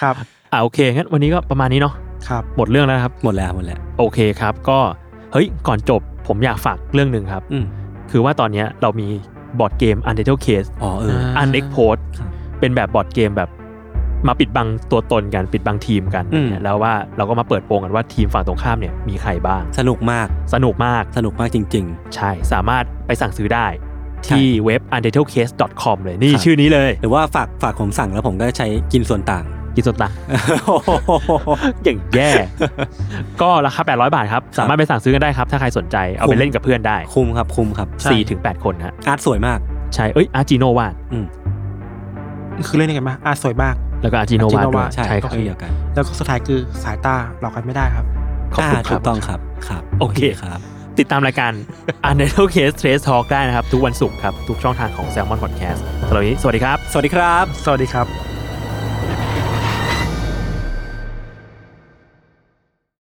[SPEAKER 3] ครับ
[SPEAKER 4] อ่าโอเคงั้นวันนี้ก็ประมาณนี้เนาะ
[SPEAKER 3] ครับ
[SPEAKER 4] หมดเรื่องแล้วนะครับ
[SPEAKER 2] หมดแล้วหมดแล้ว
[SPEAKER 4] โอเคครับ ก็เฮ้ยก่อนจบผมอยากฝากเรื่องหนึ่งครับ
[SPEAKER 2] อืม
[SPEAKER 4] คือว่าตอนเนี้ยเรามีบอร์ดเกม u n d e r t a l e Case
[SPEAKER 2] อ๋อเออ
[SPEAKER 3] า
[SPEAKER 4] อันเอ็กโพส
[SPEAKER 2] ครับ
[SPEAKER 4] เป็นแบบบอร์ดเกมแบบมาปิดบังตัวตนกันปิดบังทีมกัน
[SPEAKER 2] อืม
[SPEAKER 4] แล้วว่าเราก็มาเปิดโปงกันว่าทีมฝั่งตรงข้ามเนี่ยมีใครบ้าง
[SPEAKER 2] สนุกมาก
[SPEAKER 4] สนุกมาก
[SPEAKER 2] สนุกมากจริง
[SPEAKER 4] ใช่สามารถไปสั่งซื้อได้
[SPEAKER 2] ใช่
[SPEAKER 4] ที่เว็บ u n d e r t a l e Case com เลยนี่
[SPEAKER 2] ครับ
[SPEAKER 4] ชื่อนี้เลย
[SPEAKER 2] ๆ หรือว่าฝากฝากผมสั่งแล้วผมก็ใช้กินส่วนต่าง
[SPEAKER 4] กินสดตัง อย่างแย่ ก็ราคา 800 บาทครับ
[SPEAKER 2] ครับ
[SPEAKER 4] สามารถไปสั่งซื้อกันได้ครับ ถ้าใครสนใจเอา
[SPEAKER 2] คุ้
[SPEAKER 4] ไป
[SPEAKER 2] ม
[SPEAKER 4] เล่นกับเพื่อนได้
[SPEAKER 2] คุ้มครับคุ้มครับ
[SPEAKER 4] 4ถึง8คนฮะ
[SPEAKER 2] อาร์ตสวยมาก
[SPEAKER 4] ใช่เอ้ยอาจิโนวาด
[SPEAKER 3] คือเล่นยังไงมาอาสวยมาก
[SPEAKER 4] แล้วก็อาจิโนวาด
[SPEAKER 3] Ajinowa
[SPEAKER 4] ด้วย
[SPEAKER 2] ใช่
[SPEAKER 4] ใช่ค
[SPEAKER 2] ก็
[SPEAKER 4] รับ
[SPEAKER 2] คือเดียวกัน
[SPEAKER 3] แล้วก็สุดท้ายคือสายตาหลอกกันไม่ได้ครับ
[SPEAKER 4] ขอบคุณ
[SPEAKER 2] า
[SPEAKER 4] ครับ
[SPEAKER 2] ถูกต้องครับครับ
[SPEAKER 4] โอเค
[SPEAKER 2] ครับ
[SPEAKER 4] ติดตามรายการ u n d e r t a l e Case Trace Talk ได้นะครับ ทุกวันศุกร์ครับ ทุกช่องทางของ Salmon Podcast สำหรับวันนี้สวัสดีครับ
[SPEAKER 2] สวัสดีครับ
[SPEAKER 3] สวัสดีครับ